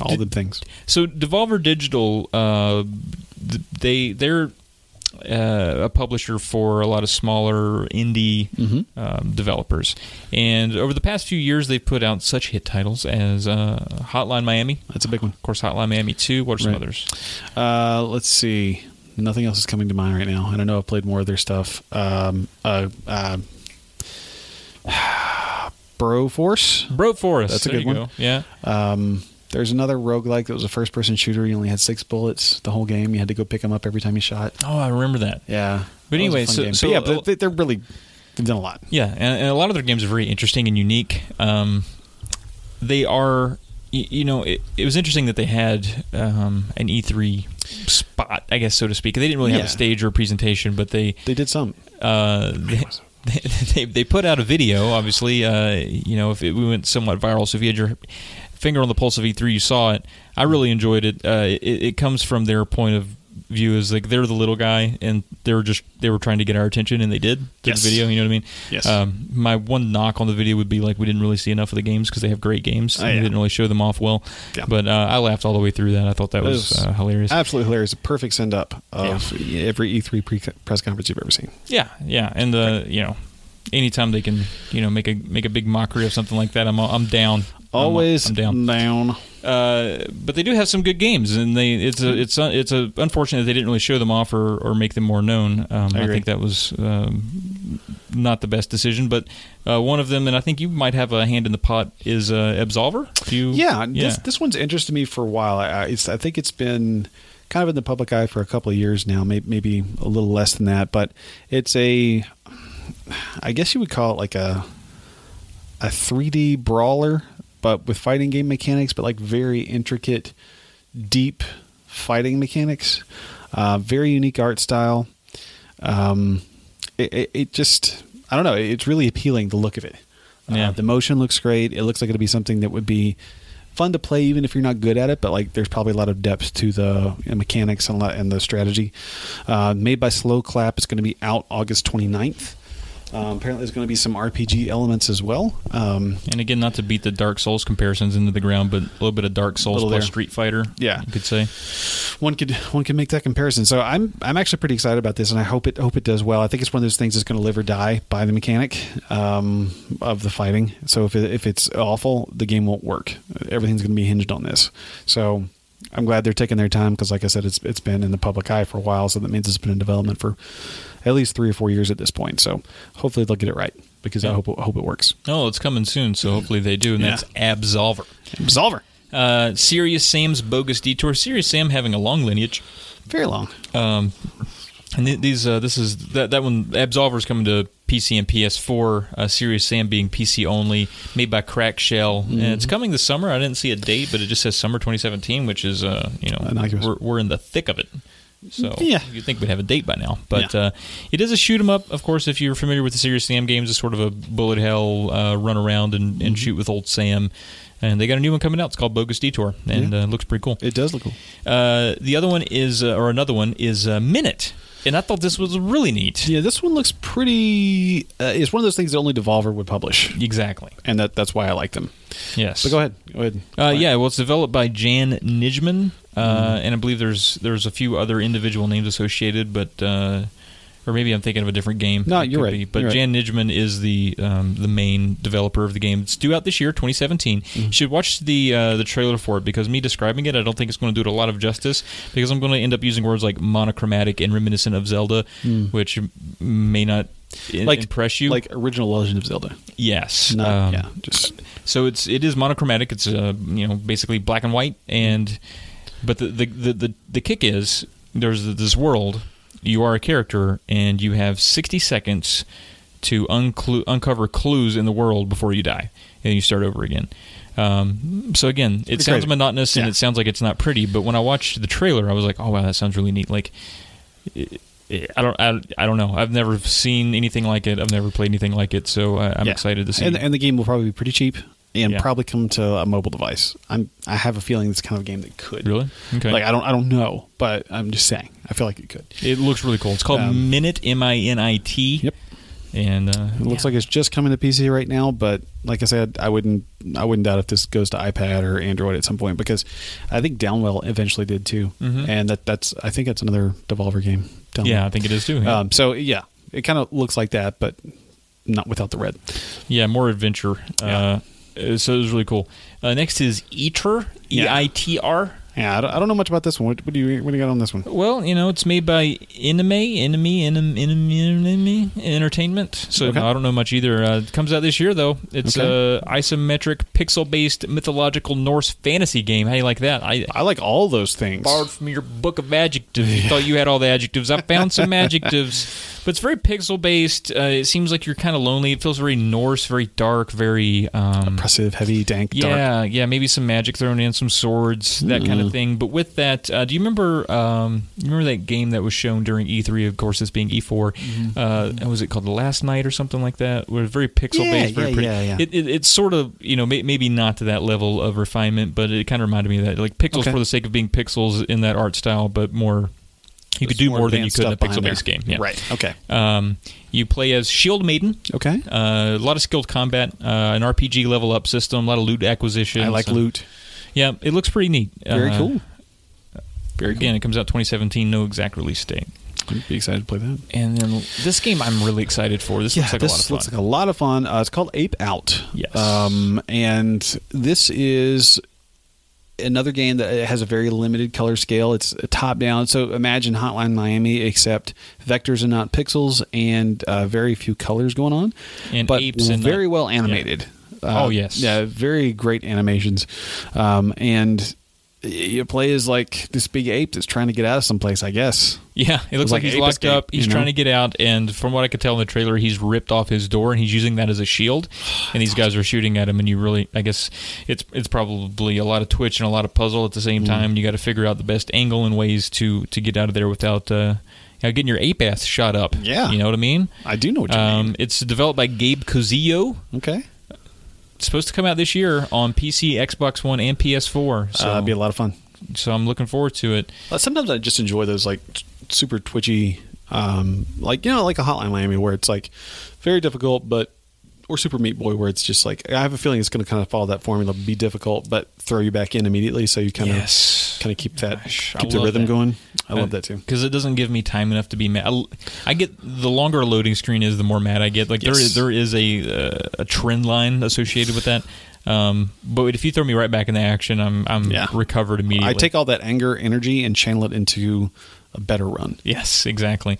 all the things.
So Devolver Digital, uh, th- they they're uh, a publisher for a lot of smaller indie
Mm-hmm.
um, developers, and over the past few years, they've put out such hit titles as uh, Hotline Miami,
That's a big one.
of course, Hotline Miami Two. What are some
Right.
others?
Uh, let's see. Nothing else is coming to mind right now. I don't know. I've played more of their stuff. Um, uh, uh, Bro Force.
Bro Forest.
That's a
there
good
you
one.
Go. Yeah.
Um, there's another roguelike that was a first person shooter. You only had six bullets the whole game. You had to go pick them up every time you shot.
Oh, I remember that.
Yeah.
But
That was a
anyway,
fun
so-
game.
so- oh.
But yeah, but they, they're really, they've done a lot.
Yeah, and, and a lot of their games are very interesting and unique. Um, they are, y- you know, it, it was interesting that they had um, an E3 spot, I guess, so to speak. They didn't really have
Yeah.
a stage or a presentation, but they
They did some.
uh, they, they they put out a video. Obviously, uh, you know, if it, we went somewhat viral, so if you had your finger on the pulse of E3, you saw it. I really enjoyed it. Uh, it, it comes from their point of view is like they're the little guy and they were just they were trying to get our attention and they did through
Yes.
the video you know what i mean
Yes.
um, my one knock on the video would be like we didn't really see enough of the games because they have great games
Oh,
and
yeah.
we didn't really show them off well
Yeah.
but uh, i laughed all the way through that i thought that,
That
was,
was
uh, hilarious
Absolutely hilarious. A perfect send up of every E3 pre- press conference you've ever seen.
Yeah, yeah, and uh, you know, anytime they can, you know, make a make a big mockery of something like that, I'm I'm down. I'm-
Always
I'm, down.
down.
Uh, but they do have some good games, and they it's
Mm-hmm.
a it's a, it's a unfortunate that they didn't really show them off or, or make them more known. Um, I,
agree.
think that was um, not the best decision. But uh, one of them, and I think you might have a hand in the pot, is uh, Absolver. Do you?
Yeah, This, this one's interested me for a while. I, I- it's, I think it's been kind of in the public eye for a couple of years now, maybe, maybe a little less than that. But it's a, I guess you would call it like a, a 3D brawler, but with fighting game mechanics, but like very intricate, deep fighting mechanics. Uh, very unique art style. Um, it, it, it just, I don't know, it's really appealing the look of it.
Yeah.
Uh, the motion looks great. It looks like it'd be something that would be fun to play, even if you're not good at it. But like, there's probably a lot of depth to the uh, mechanics and, a lot- and the strategy. Uh, made by Slow Clap. It's going to be out August 29th. Um, apparently, there's going to be some RPG elements as well. Um,
And again, not to beat the Dark Souls comparisons into the ground, but a little bit of Dark Souls
Little
plus
there.
Street Fighter.
Yeah.
you could say.
one could one could make that comparison. So I'm I'm actually pretty excited about this, and I hope it hope it does well. I think it's one of those things that's going to live or die by the mechanic um, of the fighting. So if it, if it's awful, the game won't work. Everything's going to be hinged on this. So I'm glad they're taking their time because, like I said, it's it's been in the public eye for a while, so that means it's been in development for at least three or four years at this point. So hopefully they'll get it right because I hope I hope it works.
Oh, it's coming soon, so hopefully they do, and
Yeah.
that's Absolver.
Absolver,
Uh, Serious Sam's Bogus Detour. Serious Sam having a long lineage.
very long.
And th- these, uh, this is that that one. Absolver's coming to PC and PS4. Uh, Serious Sam being PC only, made by Crackshell,
Mm-hmm.
and it's coming this summer. I didn't see a date, but it just says summer 2017, which is, uh, you know,
Innocuous.
we're, we're in the thick of it. So
Yeah.
you'd think we'd have a date by now, but
Yeah.
uh, it is a shoot 'em up. Of course, if you're familiar with the Serious Sam games, it's sort of a bullet hell uh, run around and,
Mm-hmm.
and shoot with old Sam. And they got a new one coming out. It's called Bogus Detour, and uh, looks pretty cool.
It does look cool.
Uh, the other one is, uh, or another one is uh, Minute, and I thought this was really neat.
Yeah, this one looks pretty. Uh, it's one of those things that only Devolver would publish,
Exactly.
and that that's why I like them.
Yes.
But go ahead, go ahead.
Uh,
Fine.
yeah. Well, it's developed by Jan Nijman, uh, and I believe there's there's a few other individual names associated, but uh, or maybe I'm thinking of a different game.
No,
It
you're
could
right.
be. But
You're right.
Jan Nijman is the um, the main developer of the game. It's due out this year, 2017.
Mm-hmm.
You should watch the uh, the trailer for it because me describing it, I don't think it's going to do it a lot of justice because I'm going to end up using words like monochromatic and reminiscent of Zelda, which may not. i- impress you
Hmm. like original Legend of Zelda.
yes
Not,
Um,
yeah, just
so it's it is monochromatic. It's uh, you know basically black and white, and but the the, the, the, the kick is there's this world. You are a character, and you have 60 seconds to unclu- uncover clues in the world before you die, and you start over again. Um, so again, it
Pretty
sounds
crazy.
monotonous and
Yeah.
it sounds like it's not pretty. But when I watched the trailer, I was like, "Oh wow, that sounds really neat!" Like, it, I don't, I, I don't know. I've never seen anything like it. I've never played anything like it. So I, I'm
Yeah.
excited to see.
And,
it.
and the game will probably be pretty cheap, and
Yeah.
probably come to a mobile device. I'm I have a feeling this kind of game that could
Really? Okay.
Like I don't I don't know, but I'm just saying. I feel like it could.
It looks really cool. It's called
Um,
Minute M I N I T.
Yep.
And uh,
It looks
Yeah.
like it's just coming to PC right now, but like I said, I wouldn't I wouldn't doubt if this goes to iPad or Android at some point because I think Downwell eventually did too,
Mhm.
and that that's I think that's another Devolver game. Downwell.
yeah, I think it is too. Yeah,
Um, so yeah, it kind of looks like that, but not without the red.
Yeah, more adventure. Uh, uh, so it was really cool. Uh, next is Eater. E
Yeah.
I T R.
Yeah, I don't, I don't know much about this one. What, what do you what do you got on this one?
Well, you know, it's made by Enemy, Enemy, Enemy, Enemy, Enemy Entertainment. So
Okay.
no, I don't know much either. Uh, it comes out this year, though. It's an
Okay.
isometric, pixel based, mythological Norse fantasy game. How do you like that? I,
I like all those things.
borrowed from your book of adjectives. You thought you had all the adjectives. I found some adjectives, but it's very pixel based. Uh, it seems like you're kind of lonely. It feels very Norse, very dark, very um,
Impressive, heavy, dank, dark. Mm-hmm.
yeah, yeah. Maybe some magic thrown in, some swords, that kind of thing. But with that, uh, do you remember? Um, you remember that game that was shown during E3? Of course, this being E4.
Mm-hmm.
Uh, was it called Last Night or something like that? Where it's very pixel
Yeah,
based, very
yeah,
pretty.
yeah, yeah.
It, it, it's sort of you know may, maybe not to that level of refinement, but it kind of reminded me of that like pixels
Okay.
for the sake of being pixels in that art style, but more. You could
There's
do more, than you
advanced
could in a
stuff behind
pixel based
there.
game. Yeah.
Right. Okay.
Um, you play as Shield Maiden,
Okay.
uh, a lot of skilled combat, uh, an RPG level up system, a lot of loot acquisition.
I like loot.
Yeah, it looks pretty neat.
Very
Uh,
cool. Very
Again, it comes out 2017, no exact release date.
cool. I'd be excited to play that.
And then this game I'm really excited for. This looks like
this
a lot of fun.
looks like a lot of fun. Uh, it's called Ape Out.
Yes.
Um, and this is another game that has a very limited color scale. It's top down. So imagine Hotline Miami, except vectors and not pixels, and uh, very few colors going on.
And
but
apes and
very
not-
well animated.
Oh,
Uh,
yes.
Yeah, very great animations. Um, and you play as like this big ape that's trying to get out of someplace, I guess.
Yeah, it looks
like
like,
an
he's
ape
locked
escape,
up. He's
you know?
trying to get out, and from what I could tell in the trailer, he's ripped off his door and he's using that as a shield. And these guys are shooting at him, and you really, I guess, it's it's probably a lot of twitch and a lot of puzzle at the
Mm.
same time. You got to figure out the best angle and ways to to get out of there without uh, you know, getting your ape ass shot up.
Yeah.
you know what I mean.
I do know what you mean.
Um, it's developed by Gabe Cozillo.
Okay.
It's supposed to come out this year on PC, Xbox One, and PS4. So,
uh, it'd be a lot of fun.
so I'm looking forward to it.
Uh, Sometimes I just enjoy those like t- super twitchy, um, like you know, like a Hotline Miami where it's like very difficult, but or Super Meat Boy where it's just like I have a feeling it's going to kind of follow that formula, be difficult, but throw you back in immediately, so you kind of
Yes.
kind of keep that
Gosh, I
keep the
love
rhythm
that.
going. I love that too.
because Uh, it doesn't give me time enough to be mad. I, I get the longer a loading screen is, the more mad I get. Like there
Yes.
is there is a uh, a trend line associated with that. Um, but if you throw me right back in the action, I'm I'm
Yeah.
recovered immediately.
I take all that anger energy and channel it into a better run.
yes, exactly.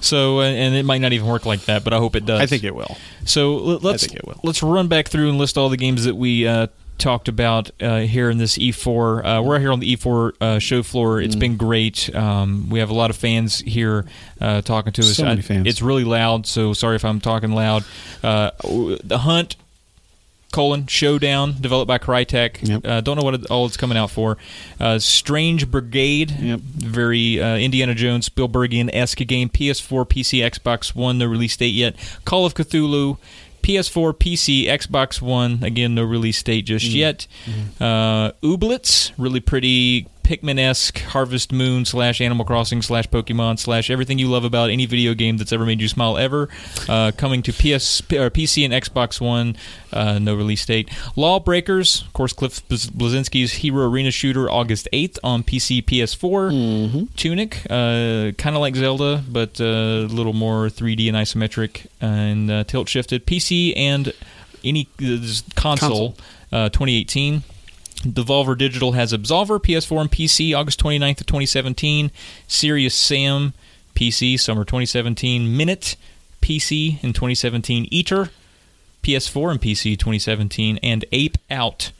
So uh, and it might not even work like that, but I hope it does.
I think it will.
So l- let's
think it will.
let's run back through and list all the games that we uh, talked about uh, here in this E4. Uh, we're out here on the E4 uh, show floor.
Mm.
It's been great. Um, we have a lot of fans here uh, talking to us.
So many
I-
fans.
It's really loud. So sorry if I'm talking loud. Uh, w- the Hunt. Colon Showdown, developed by Crytek.
Yep.
Uh, don't know what it, all it's coming out for. Uh, Strange Brigade,
Yep.
very uh, Indiana Jones, Spielbergian esque game. PS4, PC, Xbox One, no release date yet. Call of Cthulhu, PS4, PC, Xbox One, again, no release date just yet. Uh, Ooblets, really pretty Pikmin esque Harvest Moon slash Animal Crossing slash Pokemon slash everything you love about any video game that's ever made you smile ever. Uh, coming to PS or PC and Xbox One, uh, no release date. Lawbreakers, of course, Cliff Blaz- Blazinski's Hero Arena Shooter, August 8th on PC, PS4. Tunic, uh, kind of like Zelda, but uh, a little more 3D and isometric and uh, tilt shifted. PC and any uh, this console,
Console.
Uh, 2018. Devolver Digital has Absolver, PS4 and PC, August 29th of 2017. Serious Sam, PC, summer 2017. Minute, PC in 2017. Eater, PS4 and PC 2017. And Ape Out,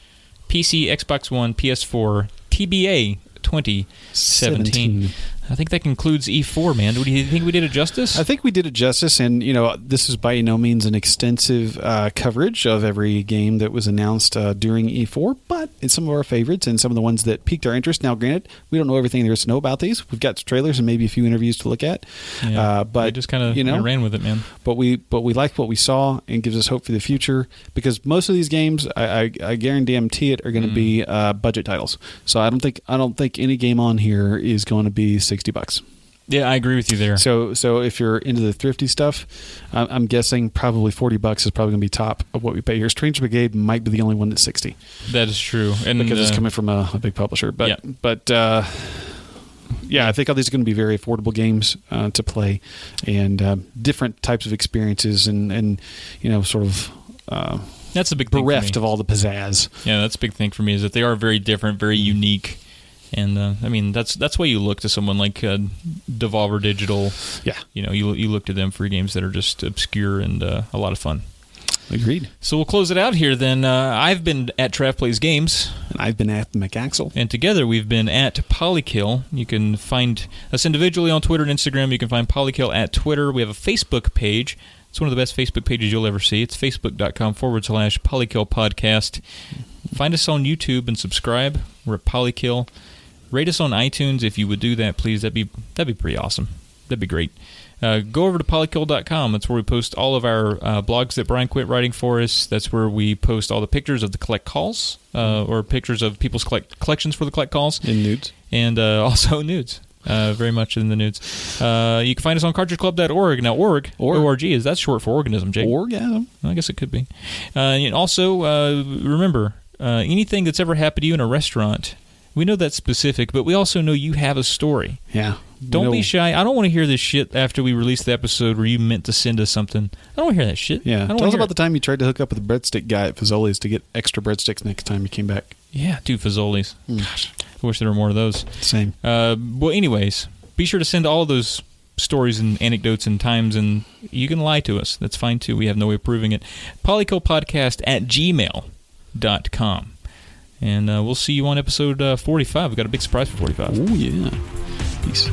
PC, Xbox One, PS4, TBA 2017.
Seventeen.
I think that concludes E4, man. Do you think we did it justice?
I think we did it justice, and you know this is by no means an extensive uh, coverage of every game that was announced uh, during E4, but it's some of our favorites and some of the ones that piqued our interest. Now, granted, we don't know everything there is to know about these. We've got trailers and maybe a few interviews to look at,
Yeah.
uh, but
we just kind of
you know
ran with it, man.
but we but we like what we saw and gives us hope for the future because most of these games I, I, I guarantee it are going to
Mm.
be uh, budget titles. So I don't think I don't think any game on here is going to be sixty bucks.
Yeah, I agree with you there.
So so if you're into the thrifty stuff, I'm, I'm guessing probably forty bucks is probably going to be top of what we pay here. Strange Brigade might be the only one that's sixty
that is true. And
because it's
uh,
coming from a, a big publisher. But
Yeah.
but. Uh, yeah, I think all these are going to be very affordable games uh, to play, and uh, different types of experiences, and, and you know, sort of uh,
that's a big thing for
bereft
me.
of all Mm-hmm. the pizzazz.
Yeah, that's a big thing for me is that they are very different, very unique, and uh, I mean that's that's why you look to someone like uh, Devolver Digital.
Yeah,
You know, you you look to them for games that are just obscure and uh, a lot of fun.
agreed.
So we'll close it out here. Then uh, I've been at Trav Plays Games.
And I've been at McAxel.
And together we've been at Polykill. You can find us individually on Twitter and Instagram. You can find Polykill at Twitter. We have a Facebook page. It's one of the best Facebook pages you'll ever see. It's facebook.com forward slash Polykill Podcast. Find us on YouTube and subscribe. We're at Polykill. Rate us on iTunes if you would do that, please. That'd be that'd be pretty awesome. That'd be great. Uh, go over to polykill.com. That's where we post all of our uh, blogs that Brian quit writing for us. That's where we post all the pictures of the collect calls uh, or pictures of people's collect- collections for the collect calls
In nudes.
and uh, also nudes. Uh, very much in the nudes. Uh, you can find us on cartridgeclub.org. Now, org,
Org.
org is that's short for organism, Jake.
Orgasm.
I guess it could be. Uh, and also, uh, remember uh, anything that's ever happened to you in a restaurant. We know that's specific, but we also know you have a story.
Yeah.
Don't
No-
be shy. I don't want to hear this shit after we release the episode where you meant to send us something. I don't want to hear that shit.
Yeah.
I don't
Tell us
wanna
about the time you tried to hook up with the breadstick guy at Fazoli's to get extra breadsticks next time you came back.
hear it. yeah, dude, Fazoli's. Gosh, I wish there were more of those.
Same.
Uh, well, anyways, be sure to send all those stories and anecdotes and times, and you can lie to us. That's fine too. We have no way of proving it. Polycopodcast at gmail.com. And uh, we'll see you on episode uh, 45. We've got a big surprise for 45.
Oh, yeah. Peace.